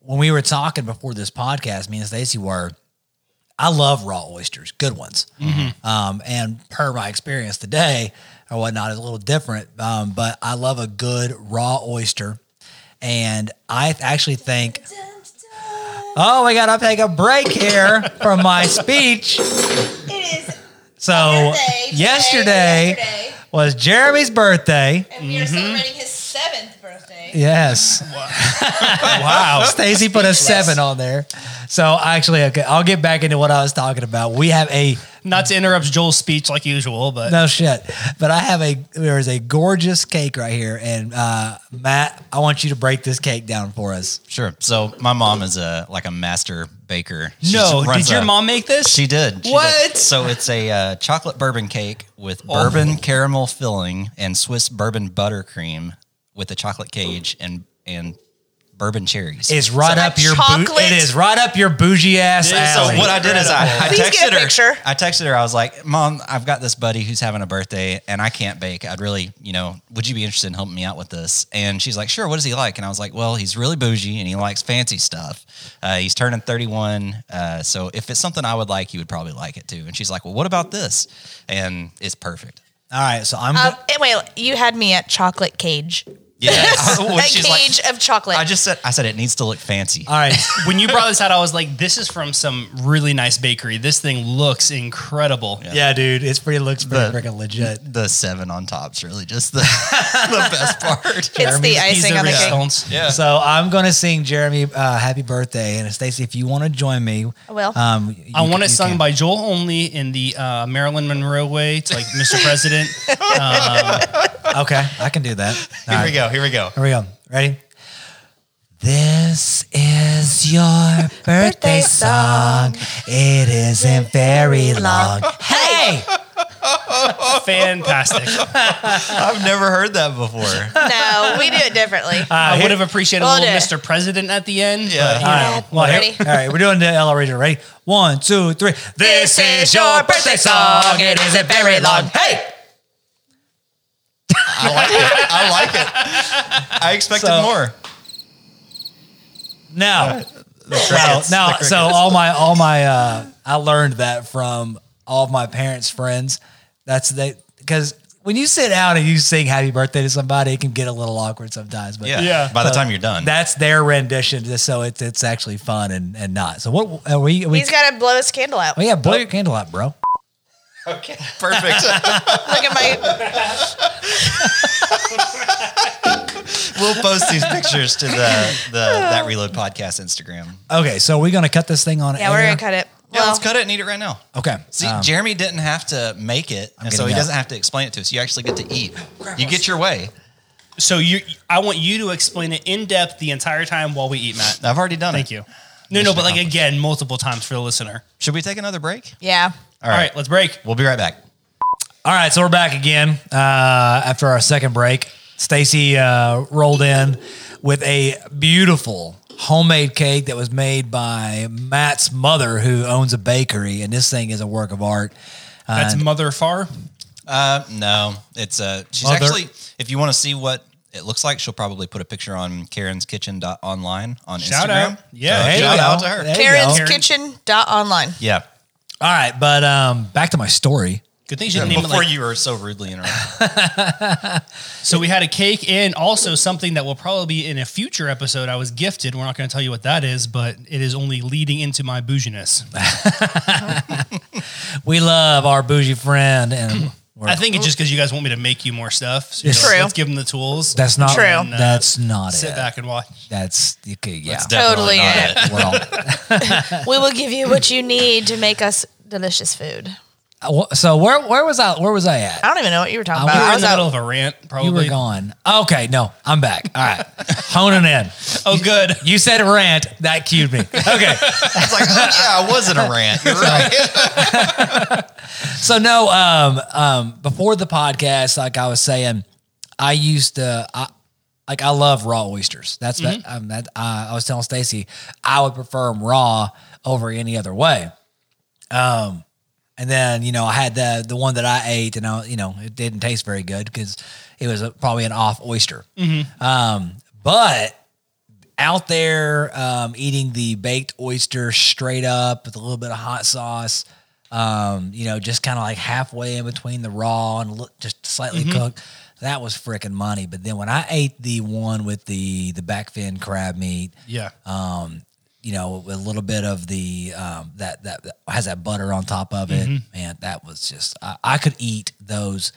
S1: when we were talking before this podcast, me and Stacy were. I love raw oysters, good ones. Um, and per my experience today or whatnot, it's a little different. Um, but I love a good raw oyster. And I th- actually think, oh, we got to take a break here from my speech.
S4: It is
S1: So
S4: Yesterday, today,
S1: yesterday,
S4: yesterday.
S1: was Jeremy's birthday.
S4: and we are
S3: Mm-hmm.
S4: celebrating his seventh birthday.
S1: Yes.
S3: Wow.
S1: Stacy put a seven on there. So actually, okay, I'll get back into what I was talking about. We have a
S3: Not to interrupt Joel's speech like usual, but
S1: no shit. But I have a there is a gorgeous cake right here, and uh, Matt, I want you to break this cake down for us.
S2: Sure. So my mom is a like a master baker. She
S3: no.
S2: runs
S3: Did your
S2: a-
S3: mom make this?
S2: She did. She did.
S3: What?
S2: So it's a uh, chocolate bourbon cake with bourbon caramel filling and Swiss bourbon buttercream with a chocolate cage and and bourbon cherries.
S1: It's right
S4: So
S1: up
S4: a
S1: your boo-
S4: chocolate-
S1: it is right up your bougie ass
S3: This is a
S2: so
S1: alley.
S2: what I did is I, I
S4: Please
S2: texted
S4: get a
S2: her.
S4: picture.
S2: I texted her. I was like, "Mom, I've got this buddy who's having a birthday, and I can't bake. I'd really, you know, would you be interested in helping me out with this?" And she's like, "Sure. What does he like?" And I was like, "Well, he's really bougie and he likes fancy stuff. Uh, he's turning 31, uh, so if it's something I would like, he would probably like it too." And she's like, "Well, what about this?" And it's perfect.
S1: All right, so I'm.
S4: Um, anyway, you had me at chocolate cage.
S2: Yes.
S4: a cage of chocolate.
S2: I just said, I said it needs to look fancy.
S1: all right,
S3: when you brought this out, I was like, this is from some really nice bakery. This thing looks incredible.
S1: yeah, dude, it's pretty looks pretty
S2: The-
S1: freaking legit.
S2: the seven on top's really just the, the best part.
S4: it's the icing on the cake.
S3: response. Yeah.
S1: So I'm gonna sing Jeremy uh, "Happy Birthday" and Stacy, if you want to join me,
S4: I will.
S1: Um,
S3: I
S1: you
S3: want
S1: ca-
S3: it
S1: you
S3: sung
S1: can.
S3: by Joel only in the uh, Marilyn Monroe way. It's like Mr. President. Um,
S1: Okay, I can do that. All right,
S2: go. Here we go.
S1: here we go. Ready? This is your birthday song. It isn't very long. Hey,
S3: fantastic.
S2: I've never heard that before.
S4: no, we do it differently.
S3: I would have appreciated a
S4: Well,
S3: little
S4: yeah.
S3: Mr. President at the end.
S2: Yeah.
S3: But, you
S1: All
S3: know,
S1: right,
S4: Yeah,
S1: well, here-
S4: ready?
S1: all right, we're doing the LL region. Ready? One, two, three. This is your birthday song. It isn't very long. Hey.
S2: I like it. I like it. I expected
S1: So-
S2: more.
S1: No. No,
S2: crickets,
S1: no.
S2: the
S1: oh, So all my all my uh, I learned that from all of my parents' friends. That's they because when you sit down and you sing "Happy Birthday" to somebody, it can get a little awkward sometimes. But
S2: Yeah.
S3: Yeah.
S2: By the time you're done.
S1: that's their rendition, just so it's it's actually fun and and not. So what are we? Are we
S4: He's got to blow his candle out.
S1: oh yeah, blow your candle out, bro.
S2: okay. Perfect.
S4: Look at my.
S2: we'll post these pictures to the, the that reload podcast Instagram.
S1: Okay, so we're gonna cut this thing on.
S4: Yeah, we're gonna cut it.
S2: Yeah,
S4: Well,
S2: let's cut it and eat it right now.
S1: Okay.
S2: See,
S1: um,
S2: Jeremy didn't have to make it, and so
S1: getting
S2: he
S1: up.
S2: doesn't have to explain it to us. You actually get to eat. You get your way.
S3: So you, I want you to explain it in depth the entire time while we eat, Matt.
S2: I've already done
S3: Thank
S2: it.
S3: you. No, no, but like again, multiple times for the listener.
S2: Should we take another break?
S4: yeah.
S2: All
S3: All right let's break.
S2: We'll be right back.
S1: all right, so we're back again uh, after our second break. Stacy uh, rolled in with a beautiful homemade cake that was made by Matt's mother, who owns a bakery, and this thing is a work of art.
S3: That's Mother Far.
S2: Uh, no, it's uh, she's
S1: Mother-
S2: actually. If you want to see what it looks like, she'll probably put a picture on Karen's Kitchen online on
S3: Shout
S2: Instagram.
S3: out. Yeah.
S2: So
S3: Hey,
S2: shout
S1: you
S2: out
S1: go.
S2: to her.
S1: There you
S4: Karen's
S1: go.
S4: Kitchen dot online.
S2: Yeah.
S1: All right, but um, back to my story.
S3: Good thing she didn't name it
S2: Before
S3: like
S2: you were so rudely interrupted.
S3: So we had a cake and also something that will probably be in a future episode. I was gifted. We're not going to tell you what that is, but it is only leading into my bouginess.
S1: We love our bougie friend, and we're,
S3: I think it's just because you guys want me to make you more stuff. So you're
S1: Yes.
S3: like,
S4: True.
S3: Let's give them the tools.
S1: that's not
S4: True.
S3: And, uh,
S1: That's not
S3: Sit
S1: it.
S3: back and watch.
S1: That's okay. Yeah.
S2: It's
S4: Totally
S2: definitely not
S4: it.
S2: it.
S1: well,
S4: We will give you what you need to make us delicious food.
S1: I wa- uh, so where where was I? Where was I at?
S4: I don't even know what you were talking
S1: I
S4: about.
S3: We
S1: were
S3: were
S4: Uh, I
S3: in
S4: was
S3: the middle of
S4: out.
S3: a rant, probably.
S1: You were gone. Okay, no, I'm back. All right, honing in.
S3: Oh, good.
S1: You said rant. That cued me. Okay.
S2: It's like, oh, yeah, I was in a rant. You're right.
S1: so no um um before the podcast like i was saying i used to i like i love raw oysters that's that, um, that uh, i was telling stacy i would prefer them raw over any other way um and then you know i had the the one that i ate and i you know it didn't taste very good because it was a, probably an off oyster um but out there um, eating the baked oyster straight up with a little bit of hot sauce. Um, you know, just kind of like halfway in between the raw and look, just slightly cooked. That was freaking money. But then when I ate the one with the the back fin crab meat,
S3: Yeah.
S1: you know, with a little bit of the um, that, that that has that butter on top of it, man, that was just I, I could eat those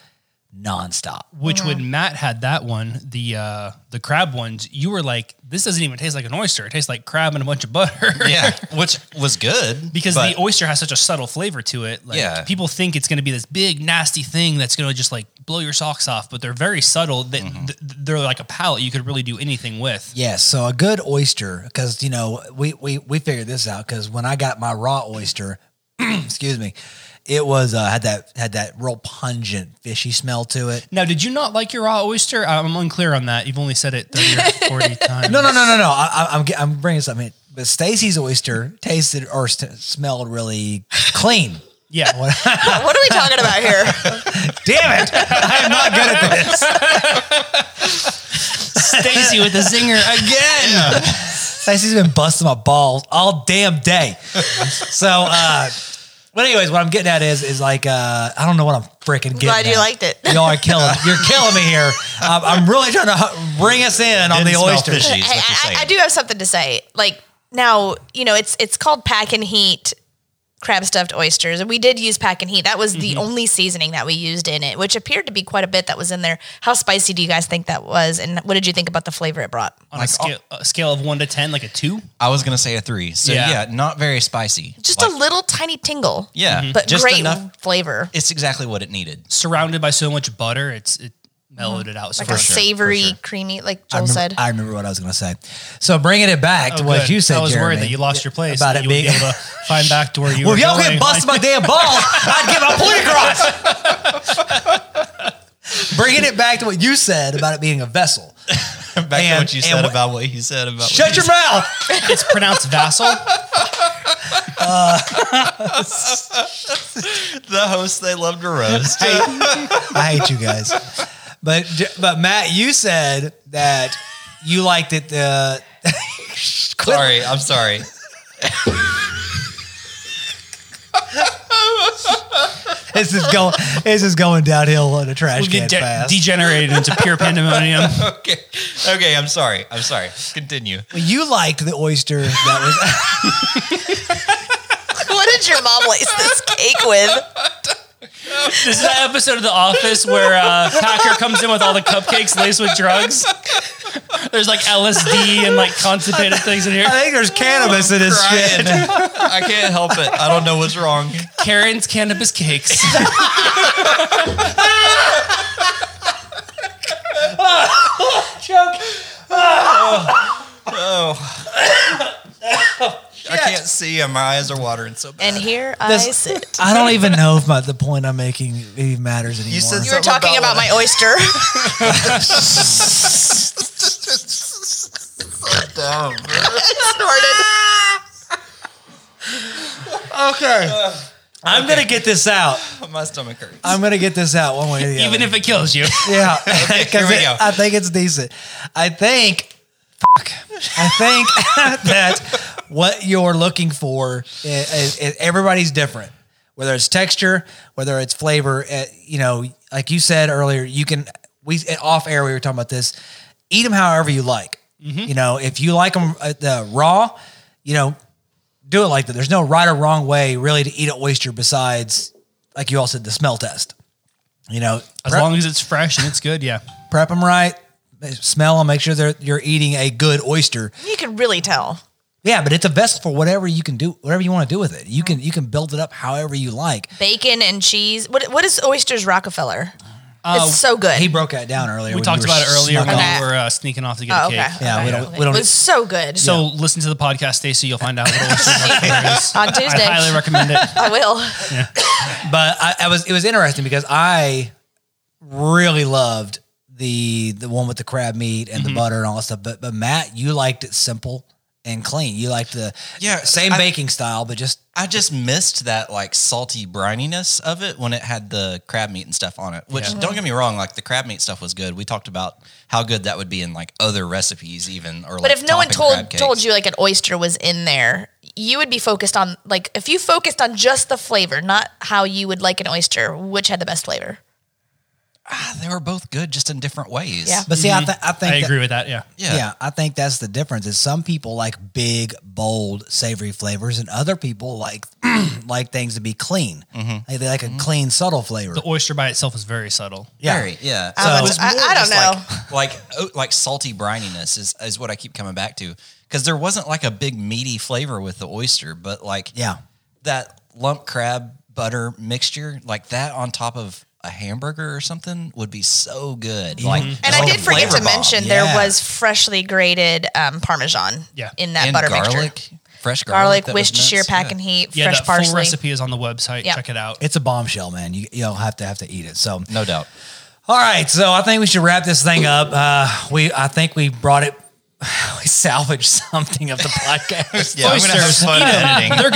S1: nonstop.
S3: Which
S2: Uh-huh.
S3: when Matt had that one, the uh, the crab ones, you were like, "This doesn't even taste like an oyster. It tastes like crab and a bunch of butter."
S2: Yeah, which was good
S3: because
S2: but-
S3: the oyster has such a subtle flavor to it. Like,
S2: Yeah.
S3: people think it's going to be this big nasty thing that's going to just like blow your socks off, but they're very subtle. That
S2: Mm-hmm.
S3: th- they're like a palette you could really do anything with.
S1: Yes, so a good oyster, because you know we we we figured this out because when I got my raw oyster, excuse me, it was uh, had that had that real pungent fishy smell to it.
S3: Now, did you not like your raw oyster? I'm unclear on that. You've only said it 30 or 40 times.
S1: No, no, no, no, no. I, I- I'm ge- I'm bringing something. in. But Stacy's oyster tasted or st- smelled really clean.
S3: Yeah.
S4: What are we talking about here?
S1: Damn it! I am not good at this.
S3: Stacy with the zinger again.
S1: Stacy's been busting my balls all damn day. so, uh, but anyways, what I'm getting at is is like uh, I don't know what I'm freaking getting.
S4: Glad you
S1: at.
S4: liked it.
S1: Y'all are killing. You're killing me here. Um, I'm really trying to hu- bring us in on
S2: Didn't
S1: the
S2: smell
S1: oyster.
S2: fishy. is
S4: Hey,
S2: what you're
S4: I, I,
S2: saying.
S4: I do have something to say. Like now, you know, it's it's called pack and heat crab stuffed oysters. And we did use pack and heat. That was the only seasoning that we used in it, which appeared to be quite a bit that was in there. How spicy do you guys think that was? And what did you think about the flavor it brought?
S3: On a scale, a scale of one to 10, like a two.
S2: I was gonna say a three. So
S3: Yeah.
S2: yeah, not very spicy.
S4: Just
S2: Like,
S4: a little tiny tingle.
S2: Yeah,
S3: Mm-hmm.
S2: Mhm.
S4: But
S2: just
S4: great
S2: enough-
S4: flavor.
S2: It's exactly what it needed.
S3: Surrounded by so much butter, it's it mellowed it out. So
S4: Like
S3: far.
S4: a savory, creamy, like
S1: I
S4: Joel
S1: remember,
S4: said.
S1: I remember what I was going to say. So bringing it back to
S3: Oh,
S1: what
S3: good.
S1: you said,
S3: I was worried
S1: Jeremy,
S3: that you lost your place.
S1: about
S3: that
S1: it
S3: you wouldn't
S1: being-
S3: be able to find back to where you
S1: Well,
S3: were
S1: if y'all
S3: going.
S1: could bust my damn balls, I'd get my point across. Bringing it back to what you said about it being a vessel.
S2: Back
S1: And-
S2: to what you
S1: and
S2: said
S1: wh-
S2: about what you said about.
S1: Shut your mouth.
S3: it's pronounced vassal.
S2: the host they love to roast.
S1: I hate you guys. But but Matt, you said that you liked it. uh, The
S2: sorry, I'm sorry.
S1: this is going this is going downhill on a trash
S3: We
S1: can
S3: get de-
S1: fast.
S3: degenerated into pure pandemonium.
S2: Okay, okay, I'm sorry. I'm sorry. Continue.
S1: you liked the oyster that was.
S4: what did your mom lace this cake with?
S3: This is that episode of The Office where uh, Packer comes in with all the cupcakes laced with drugs. There's like LSD and like constipated things in here.
S1: I think there's cannabis in this shit.
S2: Brian, I can't help it. I don't know what's wrong.
S3: Karen's cannabis cakes.
S2: I can't see, and my eyes are watering so bad.
S4: And here I
S1: This-
S4: sit.
S1: I don't even know if my, the point I'm making even matters anymore.
S2: said
S4: You were
S2: Something
S4: talking about
S2: about
S4: my oyster.
S2: Dumb.
S1: I'm gonna get this out.
S2: My stomach hurts.
S1: I'm gonna get this out one way or the other.
S3: Even if it kills you.
S1: yeah,
S2: here
S1: 'Cause
S2: we
S1: it-
S2: go.
S1: I think it's decent. I think, fuck, I think that what you're looking for is, is, is everybody's different. whether it's texture, whether it's flavor. eh, you know, like you said earlier, you can we eh, off air we were talking about this. Eat them however you like.
S2: Mm-hmm.
S1: You know, if you like them uh, the raw, you know, do it like that. There's no right or wrong way really to eat an oyster besides, like you all said, the smell test. You know,
S3: As
S1: prep-
S3: long as it's fresh and it's good, yeah.
S1: prep them right, smell them, make sure they're, you're eating a good oyster.
S4: You can really tell.
S1: Yeah, but it's a vessel for whatever you can do, whatever you want to do with it. You can you can build it up however you like.
S4: Bacon and cheese. What what is oysters Rockefeller? it's so good.
S1: He broke that down earlier.
S3: We talked about it earlier when
S4: snuck off.
S3: we were uh, sneaking off to get
S4: oh,
S3: a
S4: okay.
S3: cake.
S1: Yeah, we
S4: Okay.
S1: don't- we don't-
S4: It was so good.
S3: So listen to the podcast, Stacy. You'll find out what Oyster Butler is.
S4: On
S3: I
S4: Tuesday.
S3: highly recommend it.
S4: I will.
S1: But I, I was it was interesting because I really loved the the one with the crab meat
S3: Mm-hmm.
S1: and the butter and all that stuff. But but Matt, you liked it simple and clean. You liked the
S2: Yeah,
S1: same
S2: I-
S1: baking style, but just
S2: I just missed that like salty brininess of it when it had the crab meat and stuff on it. Which don't get me wrong, like the crab meat stuff was good. We talked about how good that would be in like other recipes, even or.
S4: But
S2: like,
S4: if no one
S2: topping crab
S4: told
S2: cakes.
S4: told you like an oyster was in there, you would be focused on like if you focused on just the flavor, not how you would like an oyster, which had the best flavor.
S2: they were both good, just in different ways.
S4: Yeah.
S1: but see, I, th- I think
S3: Mm-hmm. I
S1: that-
S3: agree with that. Yeah.
S2: yeah,
S1: Yeah. I think that's the difference. Is some people like big, bold, savory flavors, and other people like like things to be clean.
S2: Mm-hmm.
S1: Like, they like a clean, subtle flavor.
S3: The oyster by itself is very subtle.
S1: yeah,
S2: Very, yeah.
S4: I don't
S2: it was
S4: know. I-
S2: more
S4: I don't
S2: just Like, like, oh, like salty brininess is, is what I keep coming back to because there wasn't like a big meaty flavor with the oyster, but like
S1: yeah.
S2: that lump crab butter mixture, like that on top of a hamburger or something would be so good.
S1: Mm-hmm.
S2: Like,
S4: And I did forget to mention
S1: Yeah.
S4: there was freshly grated um, parmesan
S3: Yeah.
S4: in that butter
S2: garlic,
S4: mixture.
S2: fresh garlic,
S4: Garlic,
S2: that was
S4: Worcestershire
S2: minced,
S4: pack
S2: yeah.
S4: and heat,
S3: Yeah,
S4: fresh
S3: that
S4: parsley.
S3: full recipe is on the website.
S4: Yeah.
S3: Check it out.
S1: It's a bombshell, man. You you'll have to have to eat it. So
S2: No doubt.
S1: all right, so I think we should wrap this thing up. Uh, we I think we brought it. We salvaged something of the podcast.
S2: Yeah, I'm gonna have
S3: Oysters,
S2: fun
S3: eat 'em.
S2: editing.
S3: They're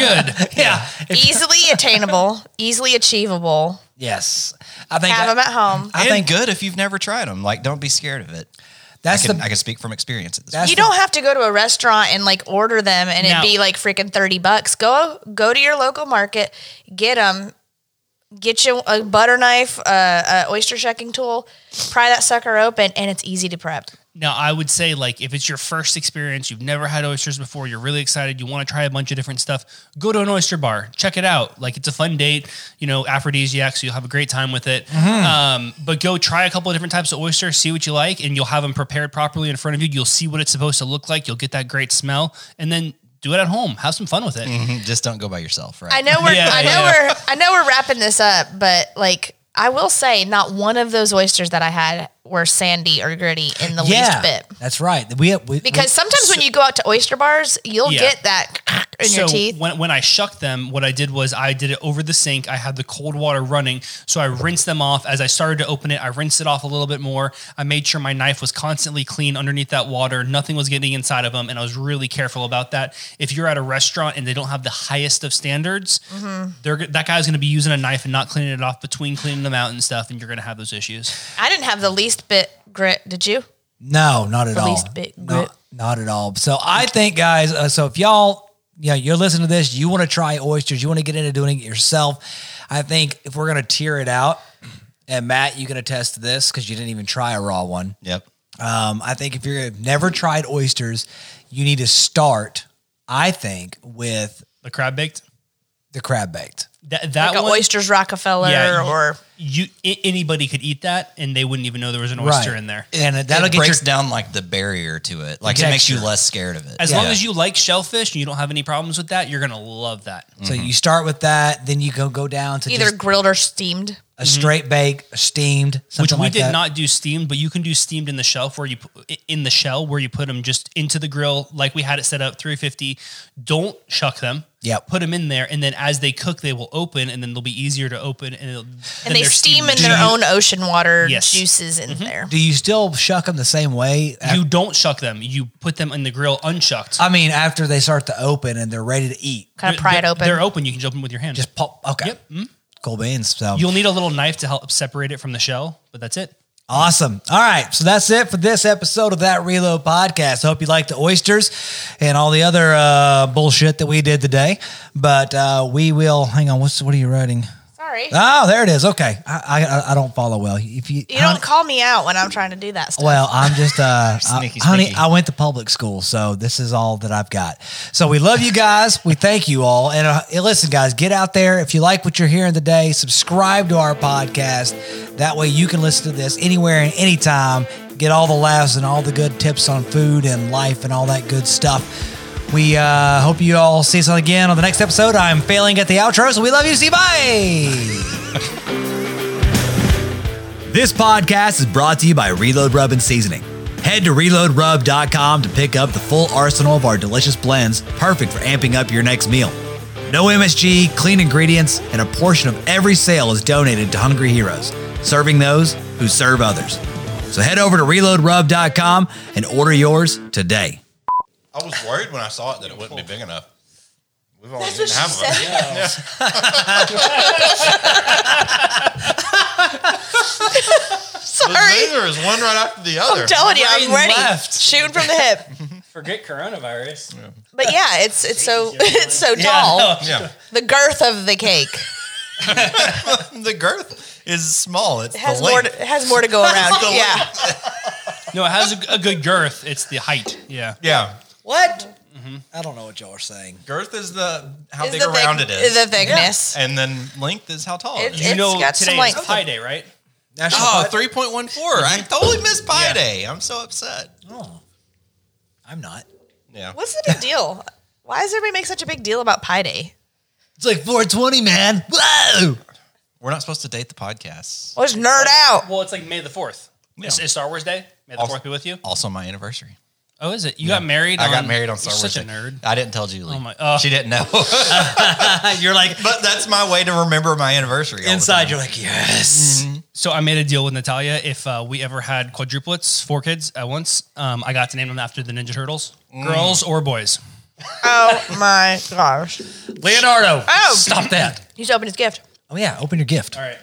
S3: good.
S1: yeah.
S4: Easily attainable, easily achievable.
S1: Yes. I think
S4: Have them at home.
S1: I
S2: and
S1: think
S2: good if you've never tried them. Like, don't be scared of it. I
S1: that's
S2: can,
S1: the
S2: I can speak from experience at this
S1: That's-
S2: point.
S4: You don't have to go to a restaurant and like order them and
S3: No.
S4: it'd be like freaking 30 bucks. Go go to your local market, get them, get you a butter knife, a, a oyster shucking tool, pry that sucker open, and it's easy to prep.
S3: Now, I would say, like, if it's your first experience, you've never had oysters before, you're really excited, you want to try a bunch of different stuff, go to an oyster bar, check it out. Like, it's a fun date, you know, aphrodisiac, so you'll have a great time with it. Um, but go try a couple of different types of oysters, see what you like, and you'll have them prepared properly in front of you. You'll see what it's supposed to look like, you'll get that great smell, and then do it at home. Have some fun with it.
S2: Just don't go by yourself, right?
S4: I know we're
S3: Yeah,
S4: I know
S3: yeah.
S4: we're I know we're wrapping this up, but like I will say not one of those oysters that I had were sandy or gritty in the
S1: yeah.
S4: least bit.
S1: That's right. We, we
S4: Because sometimes when you go out to oyster bars, you'll
S3: Yeah.
S4: get that in your teeth.
S3: When, when I shucked them, what I did was I did it over the sink. I had the cold water running. So I rinsed them off. As I started to open it, I rinsed it off a little bit more. I made sure my knife was constantly clean underneath that water. Nothing was getting inside of them. And I was really careful about that. If you're at a restaurant and they don't have the highest of standards,
S4: Mm-hmm.
S3: they're, g- that guy's going to be using a knife and not cleaning it off between cleaning them out and stuff. And you're going to have those issues.
S4: I didn't have the least bit grit, did you?
S1: No, not at all.
S4: least bit
S1: No,
S4: grit.
S1: not at all. So I think, guys. Uh, so if y'all, you know, you're listening to this, you want to try oysters, you want to get into doing it yourself. I think if we're gonna tear it out, and Matt, you can attest to this because you didn't even try a raw one.
S2: Yep.
S1: Um, I think if you've never tried oysters, you need to start. I think with
S3: The crab baked.
S1: the crab baked.
S3: That, that
S4: Like a
S3: one,
S4: oysters Rockefeller
S3: Yeah, you-
S4: or
S3: you a- anybody could eat that, and they wouldn't even know there was an oyster
S1: Right.
S3: in there.
S1: And it- that'll
S2: it
S1: get your
S2: breaks down like the barrier to it. Like it makes you
S1: Texture.
S2: less scared of it.
S3: As
S2: Yeah.
S3: long as you like shellfish and you don't have any problems with that, you're gonna love that.
S1: so you start with that, then you go go down to
S4: either
S1: just
S4: grilled or steamed.
S1: a straight bake, steamed,
S3: Which
S1: something
S3: we
S1: like
S3: did
S1: that.
S3: not do steamed, but you can do steamed in the shelf where you pu- in the shell where you put them just into the grill like we had it set up 350. Don't shuck them.
S1: Yep.
S3: Put them in there, and then as they cook, they will open, and then they'll be easier to open. And, it'll,
S4: And they steam in
S3: Do
S4: their
S3: you-
S4: own ocean water
S3: Yes. Mm-hmm.
S4: juices in there.
S1: Do you still shuck them the same way?
S3: You don't shuck them. You put them in the grill unshucked.
S1: I mean, after they start to open and they're ready to eat,
S4: Kind of pry it
S3: They're-
S4: open.
S3: They're open. You can open with your hand.
S1: just pop. Okay. Cool beans. So
S3: You'll need a little knife to help separate it from the shell, but that's it.
S1: Awesome. All right. So that's it for this episode of That Reload Podcast. Hope you liked the oysters and all the other uh, bullshit that we did today. But uh, we will hang on. What's what are you writing?
S4: Sorry.
S3: Ah,
S1: Oh, there it is. Okay. I I, I- I don't follow well. If you,
S4: you don't call me out when I'm trying to do that stuff.
S1: Well, I'm just uh,
S2: Sneaky,
S1: I- honey.
S2: sneaky.
S1: I went to public school, so this is all that I've got. So we love you guys. We thank you all, and uh, and listen, guys, get out there. If you like what you're hearing today, subscribe to our podcast. That way, you can listen to this anywhere and anytime. Get all the laughs and all the good tips on food and life and all that good stuff. We uh, hope you all see us again on the next episode. I'm failing at the outro, so we love you. See you. Bye. This podcast is brought to you by Reload Rub and Seasoning. Head to reloadrub.com to pick up the full arsenal of our delicious blends, perfect for amping up your next meal. No MSG, clean ingredients, and a portion of every sale is donated to Hungry Heroes, serving those who serve others. So head over to reloadrub.com and order yours today.
S7: I was worried when I saw it that it wouldn't be big enough. We've only
S4: That's what
S7: didn't
S4: she
S7: have one.
S4: said.
S7: But
S4: Sorry.
S7: Neither is one right after the other.
S4: I'm telling you, I'm
S3: Right and
S4: ready.
S3: left.
S4: Shooting from the hip.
S3: Forget coronavirus.
S4: But yeah, it's it's so it's so tall.
S7: yeah,
S4: The girth of the cake
S7: the girth is small. It's
S4: It has
S7: the
S4: more
S7: length.
S4: to, it has more to go around. yeah.
S3: No, it has a, a good girth. It's the height. Yeah.
S7: yeah,
S1: What? I don't know what y'all are saying.
S7: girth is the how
S4: Is
S7: big
S4: the thick-
S7: around it is,
S4: the thickness.
S7: and then length is how tall it
S4: It's-
S7: is.
S3: You know,
S4: got some
S3: today is
S4: length.
S3: Pi Day, right?
S1: National
S7: Oh,
S1: Pod-
S7: 3.14. I totally missed Pi
S3: Yeah.
S7: Day. I'm so upset.
S1: Oh. I'm not.
S7: Yeah.
S4: What's the big deal? Why does everybody make such a big deal about Pi Day?
S1: It's like 420, man. Whoa.
S7: We're not supposed to date the podcast.
S4: Let's nerd out.
S3: Well, it's like May the 4th. It's,
S7: Yeah.
S3: it's Star Wars Day. May the
S7: Also-
S3: 4th be with you.
S2: Also, my anniversary.
S3: Oh, is it? You got married?
S7: I got
S3: on-
S7: married on Star
S3: You're
S7: Wars.
S3: Such a
S7: Day.
S3: nerd.
S2: I didn't tell Julie.
S3: Oh my- oh.
S2: She didn't know.
S1: You're like
S7: But that's my way to remember my anniversary. all the
S1: inside.
S7: time.
S1: You're like yes.
S3: So I made a deal with Natalia. If uh, we ever had quadruplets, four kids at once, um, I got to name them after the Ninja Turtles, girls or boys.
S4: Oh my gosh.
S3: Leonardo.
S4: Oh.
S3: Stop that.
S4: He's opened his gift.
S1: Oh yeah, open your gift.
S3: All right.